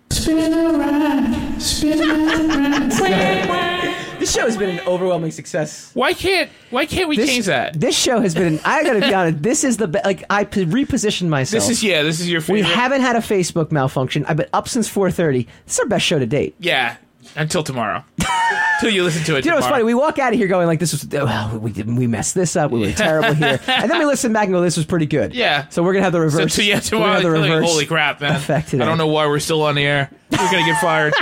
Speaker 9: Spin around, spin around.
Speaker 2: [laughs]
Speaker 1: This show has been an overwhelming success.
Speaker 2: Why can't Why can't we
Speaker 1: this,
Speaker 2: change that?
Speaker 1: This show has been. An, I gotta
Speaker 2: [laughs]
Speaker 1: be honest. This is the be- like I p- repositioned myself.
Speaker 2: This is yeah. This is your
Speaker 1: We
Speaker 2: favorite.
Speaker 1: haven't had a Facebook malfunction. I've been up since 4:30. This is our best show to date.
Speaker 2: yeah.
Speaker 1: [laughs]
Speaker 2: Until tomorrow. Till you listen to it.
Speaker 1: Do you know what's
Speaker 2: tomorrow.
Speaker 1: funny? We walk out of here going like, "This was oh, well, we did, we messed this up. We were terrible
Speaker 2: [laughs]
Speaker 1: here," and then we listen back and go, "This was pretty good."
Speaker 2: Yeah.
Speaker 1: So we're gonna have the
Speaker 2: So,
Speaker 1: reverse.
Speaker 2: so yeah,
Speaker 1: we're
Speaker 2: tomorrow.
Speaker 1: gonna have the
Speaker 2: you're like,
Speaker 1: reverse.
Speaker 2: Holy crap, man!
Speaker 1: effect today.
Speaker 2: I don't know why we're still on the air. We're gonna get fired.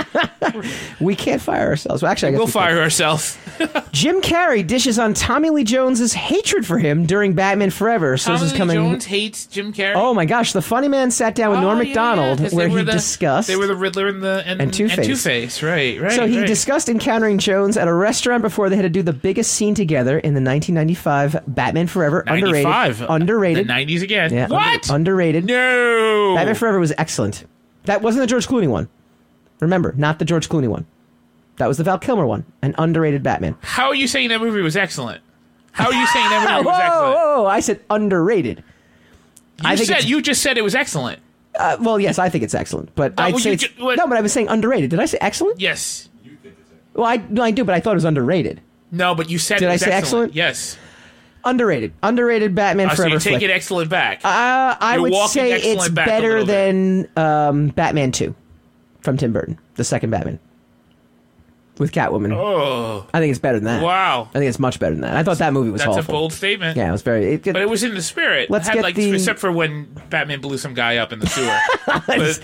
Speaker 1: We can't fire ourselves. Well, actually, I guess
Speaker 2: we'll
Speaker 1: we
Speaker 2: fire ourselves.
Speaker 1: can. Jim Carrey dishes on Tommy Lee Jones's hatred for him during Batman Forever. So
Speaker 2: Tommy
Speaker 1: this
Speaker 2: Lee
Speaker 1: is coming.
Speaker 2: Jones hates Jim Carrey.
Speaker 1: Oh my gosh! The funny man sat down with
Speaker 2: Oh,
Speaker 1: Norm
Speaker 2: yeah,
Speaker 1: Macdonald,
Speaker 2: yeah, 'cause they
Speaker 1: where
Speaker 2: were
Speaker 1: he
Speaker 2: the-
Speaker 1: discussed
Speaker 2: they were the Riddler and the and,
Speaker 1: And Two-Face.
Speaker 2: Two-Face, right? Right.
Speaker 1: so he
Speaker 2: right.
Speaker 1: discussed encountering Jones at a restaurant before they had to do the biggest scene together in the 1995 Batman Forever.
Speaker 2: 95.
Speaker 1: Underrated. Underrated.
Speaker 2: The 90s again.
Speaker 1: Yeah, under-
Speaker 2: what?
Speaker 1: underrated.
Speaker 2: No.
Speaker 1: Batman Forever was excellent. That wasn't the George Clooney one. Remember, not the George Clooney one. That was the Val Kilmer one, an underrated Batman.
Speaker 2: How are you saying that movie was excellent? How are you saying that
Speaker 1: Whoa, [laughs]
Speaker 2: movie was excellent?
Speaker 1: whoa, I said underrated.
Speaker 2: You
Speaker 1: I think
Speaker 2: said
Speaker 1: it's-
Speaker 2: you just said it was excellent.
Speaker 1: Uh, well, yes, I think it's excellent, but
Speaker 2: No,
Speaker 1: I'd
Speaker 2: well,
Speaker 1: say
Speaker 2: you
Speaker 1: it's-
Speaker 2: ju- what-
Speaker 1: no. But I was saying underrated. Did I say excellent?
Speaker 2: Yes.
Speaker 1: Well, I no, I do, but I thought it was underrated.
Speaker 2: No, but you said
Speaker 1: Did
Speaker 2: it
Speaker 1: I
Speaker 2: was
Speaker 1: say excellent?
Speaker 2: Yes.
Speaker 1: Underrated, underrated Batman
Speaker 2: Uh, so
Speaker 1: Forever.
Speaker 2: you take
Speaker 1: flick.
Speaker 2: it excellent back.
Speaker 1: Uh, I
Speaker 2: You're
Speaker 1: would
Speaker 2: walking
Speaker 1: say it's
Speaker 2: excellent back a
Speaker 1: better
Speaker 2: little bit.
Speaker 1: than um, Batman Two from Tim Burton, the second Batman with Catwoman.
Speaker 2: oh.
Speaker 1: I think it's better than that.
Speaker 2: Wow.
Speaker 1: I think it's much better than that. I thought that movie was
Speaker 2: That's
Speaker 1: awful.
Speaker 2: a bold statement.
Speaker 1: Yeah, it was very. It,
Speaker 2: But it was in the spirit.
Speaker 1: Let's
Speaker 2: Had,
Speaker 1: get
Speaker 2: like,
Speaker 1: the-
Speaker 2: except for when Batman blew some guy up in
Speaker 1: [laughs]
Speaker 2: the sewer. but,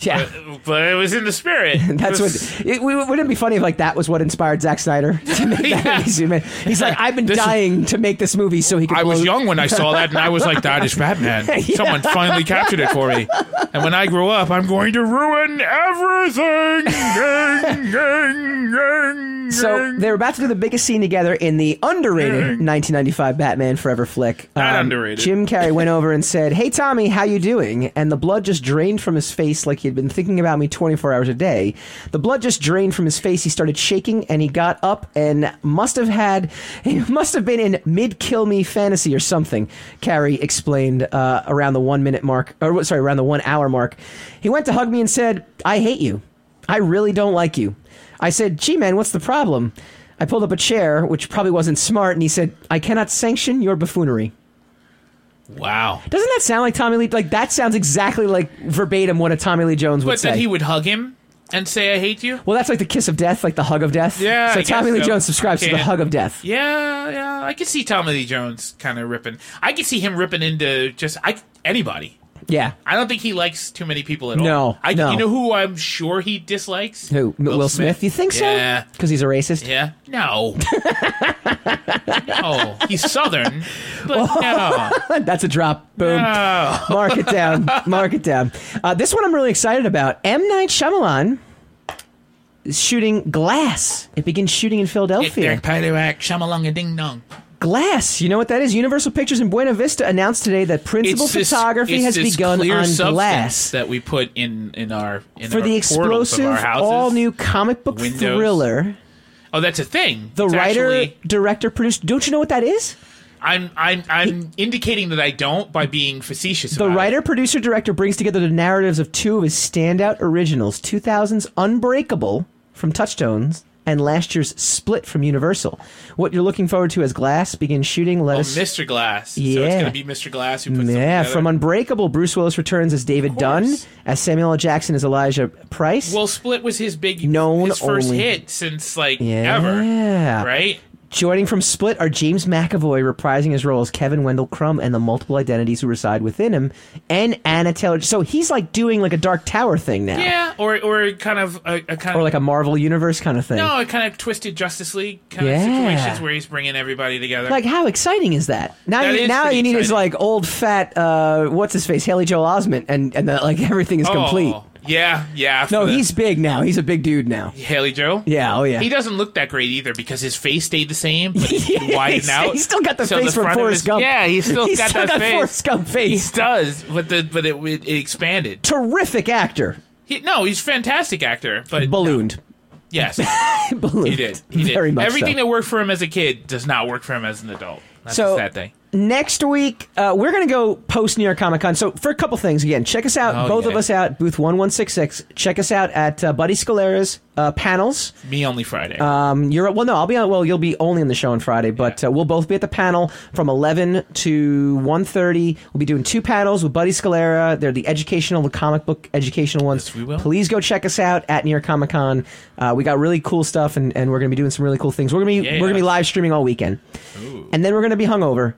Speaker 1: yeah.
Speaker 2: but it was in the spirit.
Speaker 1: [laughs] That's what.
Speaker 2: It was-
Speaker 1: It, we- wouldn't it be funny if like that was what inspired Zack Snyder [laughs] to make that
Speaker 2: [laughs] Yeah.
Speaker 1: movie? Man, He's like, I've been
Speaker 2: This is-
Speaker 1: dying to make this movie so he could.
Speaker 2: I
Speaker 1: blow-
Speaker 2: was young when I saw that, and I was like, "That is Batman."
Speaker 1: [laughs] Yeah.
Speaker 2: Someone finally captured it for me. And when I grow up, I'm going to ruin everything. Gang, gang, gang,
Speaker 1: So
Speaker 2: gang.
Speaker 1: they were about to do the biggest scene together in the underrated 1995 Batman Forever flick. uh,
Speaker 2: Not underrated.
Speaker 1: Um, Jim Carrey went over and said, "Hey Tommy, how you doing?" And the blood just drained from his face like he had been thinking about me 24 hours a day. The blood just drained from his face. He started shaking and he got up and must have had [laughs] he must have been in mid kill me fantasy or something. Carrey explained uh, around the one minute mark, or sorry, around the one hour mark. He went to hug me and said, "I hate you." I really don't like you. I said, gee, man, what's the problem? I pulled up a chair, which probably wasn't smart, and he said, I cannot sanction your buffoonery.
Speaker 2: wow.
Speaker 1: Doesn't that sound like Tommy Lee? Like, that sounds exactly like verbatim what a Tommy Lee Jones would
Speaker 2: But
Speaker 1: say.
Speaker 2: then he would hug him and say, "I hate you."
Speaker 1: well, that's like the kiss of death, like the hug of death.
Speaker 2: Yeah,
Speaker 1: So
Speaker 2: I
Speaker 1: Tommy
Speaker 2: guess
Speaker 1: Lee
Speaker 2: so.
Speaker 1: Jones subscribes to the
Speaker 2: Can't-
Speaker 1: hug of death.
Speaker 2: Yeah, yeah. I could see Tommy Lee Jones kind of ripping. I could see him ripping into just I, anybody.
Speaker 1: Yeah.
Speaker 2: I don't think he likes too many people at all.
Speaker 1: No,
Speaker 2: I,
Speaker 1: no.
Speaker 2: You know who I'm sure he dislikes?
Speaker 1: Who? M- Will, Smith. You think so?
Speaker 2: Yeah.
Speaker 1: Because he's a racist?
Speaker 2: Yeah.
Speaker 1: [laughs]
Speaker 2: No. no. He's Southern, but
Speaker 1: [laughs]
Speaker 2: no.
Speaker 1: That's a drop. Boom.
Speaker 2: No.
Speaker 1: [laughs] Mark it down. Mark it down. Uh, this one I'm really excited about. M. Night Shyamalan is shooting Glass. It begins shooting in
Speaker 2: Get there,
Speaker 1: Philadelphia.
Speaker 2: paddywhack, shamalonga ding dong.
Speaker 1: Glass. You know what that is? Universal Pictures in Buena Vista announced today that principal
Speaker 2: It's this-
Speaker 1: photography
Speaker 2: it's
Speaker 1: has
Speaker 2: this
Speaker 1: begun
Speaker 2: clear
Speaker 1: on
Speaker 2: substance
Speaker 1: glass
Speaker 2: that we put in in our in
Speaker 1: for
Speaker 2: our
Speaker 1: the
Speaker 2: portals of
Speaker 1: explosive,
Speaker 2: our houses.
Speaker 1: all new comic book
Speaker 2: windows.
Speaker 1: thriller.
Speaker 2: oh, that's a thing.
Speaker 1: The
Speaker 2: It's
Speaker 1: writer,
Speaker 2: actually-
Speaker 1: director, produced. Don't you know what that is?
Speaker 2: I'm I'm I'm indicating that I don't by being facetious.
Speaker 1: The
Speaker 2: about it.
Speaker 1: writer, producer, director brings together the narratives of two of his standout originals 2000's Unbreakable from Touchstones and last year's Split from Universal. What you're looking forward to as Glass begins shooting, let
Speaker 2: Oh,
Speaker 1: us.
Speaker 2: Mr. Glass. So it's
Speaker 1: Yeah.
Speaker 2: gonna be Mr. Glass who puts them
Speaker 1: Yeah,
Speaker 2: together.
Speaker 1: from Unbreakable, Bruce Willis returns as David Dunn, as Samuel L. Jackson as Elijah Price.
Speaker 2: Well, Split was his big
Speaker 1: Known
Speaker 2: his first
Speaker 1: only-
Speaker 2: hit since like
Speaker 1: yeah.
Speaker 2: ever, right?
Speaker 1: Joining from Split are James McAvoy reprising his role as Kevin Wendell Crumb and the multiple identities who reside within him, and Anna Taylor. So he's like doing like a Dark Tower thing now,
Speaker 2: Yeah, or or kind of a, a kind
Speaker 1: or
Speaker 2: of
Speaker 1: like a Marvel Universe kind of thing.
Speaker 2: no, a kind of twisted Justice League kind
Speaker 1: Yeah.
Speaker 2: of situations where he's bringing everybody together.
Speaker 1: Like how exciting is that? Now,
Speaker 2: That
Speaker 1: you,
Speaker 2: is
Speaker 1: now
Speaker 2: pretty
Speaker 1: you need his like old fat uh, what's his face Haley Joel Osment, and and that like everything is
Speaker 2: Oh,
Speaker 1: complete.
Speaker 2: Yeah, yeah.
Speaker 1: No,
Speaker 2: for the-
Speaker 1: he's big now. He's a big dude now.
Speaker 2: Haley Joe.
Speaker 1: Yeah, oh yeah.
Speaker 2: He doesn't look that great either because his face stayed the same, but
Speaker 1: [laughs]
Speaker 2: it
Speaker 1: Yeah,
Speaker 2: widened
Speaker 1: he's-
Speaker 2: out.
Speaker 1: he's still got the
Speaker 2: So
Speaker 1: face from
Speaker 2: front of
Speaker 1: Forrest
Speaker 2: his-
Speaker 1: Gump.
Speaker 2: Yeah, he's still
Speaker 1: He's
Speaker 2: got
Speaker 1: still
Speaker 2: that
Speaker 1: got
Speaker 2: face.
Speaker 1: Forrest Gump face.
Speaker 2: He does, but the but it it, it expanded.
Speaker 1: Terrific actor.
Speaker 2: He, no, he's a fantastic actor,
Speaker 1: [laughs]
Speaker 2: but
Speaker 1: Ballooned.
Speaker 2: yes,
Speaker 1: Ballooned.
Speaker 2: he did. He did.
Speaker 1: Very much so.
Speaker 2: Everything that worked for him as a kid does not work for him as an adult. That's
Speaker 1: So-
Speaker 2: so, that thing.
Speaker 1: Next week, uh, we're going to go post New York Comic Con. So, for a couple things, again, check us out,
Speaker 2: Oh,
Speaker 1: both of
Speaker 2: yeah.
Speaker 1: us out, booth 1166. Check us out at uh, Buddy Scalera's uh, panels.
Speaker 2: Me only Friday.
Speaker 1: Um, you're well. No, I'll be on. Well, you'll be only on the show on Friday, but uh, we'll both be at the panel from 11 to 1:30. We'll be doing two panels with Buddy Scalera. They're the educational, the comic book educational ones. we will. Please go check us out at New York Comic Con. Uh, we got really cool stuff, and, and we're going to be doing some really cool things. We're going to be
Speaker 2: Yeah.
Speaker 1: we're going to be live streaming all weekend, and then we're going to be hungover,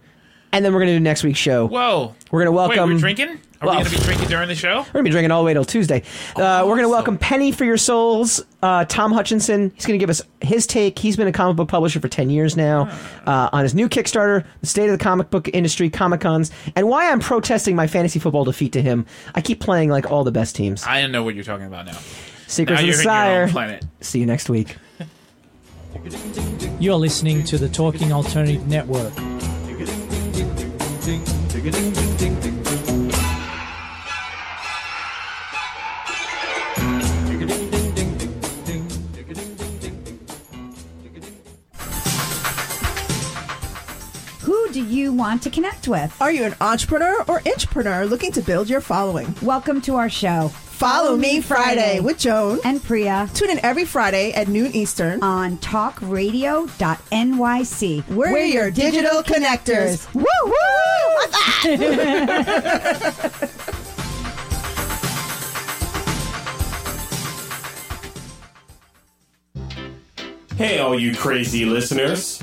Speaker 1: and then we're going to do next week's show.
Speaker 2: Whoa.
Speaker 1: We're going to welcome.
Speaker 2: Wait, we're drinking? Are
Speaker 1: Well-
Speaker 2: we going to be drinking during the show?
Speaker 1: We're gonna be drinking all the way till Tuesday. Uh, we're gonna welcome Penny for Your Souls, uh, Tom Hutchinson. He's gonna give us his take. He's been a comic book publisher for ten years now.
Speaker 2: Oh.
Speaker 1: Uh, on his new Kickstarter, the state of the comic book industry, Comic Cons, and why I'm protesting my fantasy football defeat to him. I keep playing like all the best teams.
Speaker 2: I don't know what you're talking about now.
Speaker 1: Secrets
Speaker 2: now
Speaker 1: of
Speaker 2: you're
Speaker 1: the
Speaker 2: in your own
Speaker 1: Sire.
Speaker 2: planet.
Speaker 1: See you next week.
Speaker 6: You're listening to the Talking Alternative Network.
Speaker 3: Who do you want to connect with?
Speaker 5: Are you an entrepreneur or intrapreneur looking to build your following?
Speaker 3: Welcome to our show.
Speaker 5: Follow Me Friday with Joan
Speaker 3: and Priya.
Speaker 5: Tune in every Friday at noon Eastern
Speaker 3: on talkradio.nyc.
Speaker 5: We're your digital connectors. Woo, woo, woo! What's that?
Speaker 8: Hey, all you crazy listeners.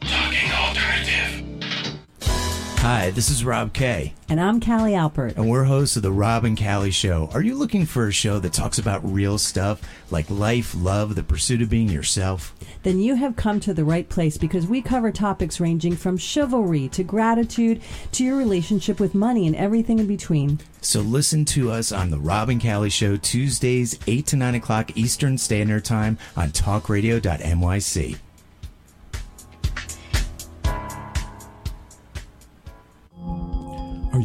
Speaker 8: Talking Alternative.
Speaker 10: Hi, this is Rob Kay.
Speaker 11: And I'm Callie Alpert.
Speaker 10: And we're hosts of the Rob and Callie Show. Are you looking for a show that talks about real stuff like life, love, the pursuit of being yourself?
Speaker 11: Then you have come to the right place because we cover topics ranging from chivalry to gratitude to your relationship with money and everything in between.
Speaker 10: So listen to us on the Rob and Callie Show Tuesdays, 8 to 9 o'clock Eastern Standard Time on talkradio.myc.
Speaker 7: Are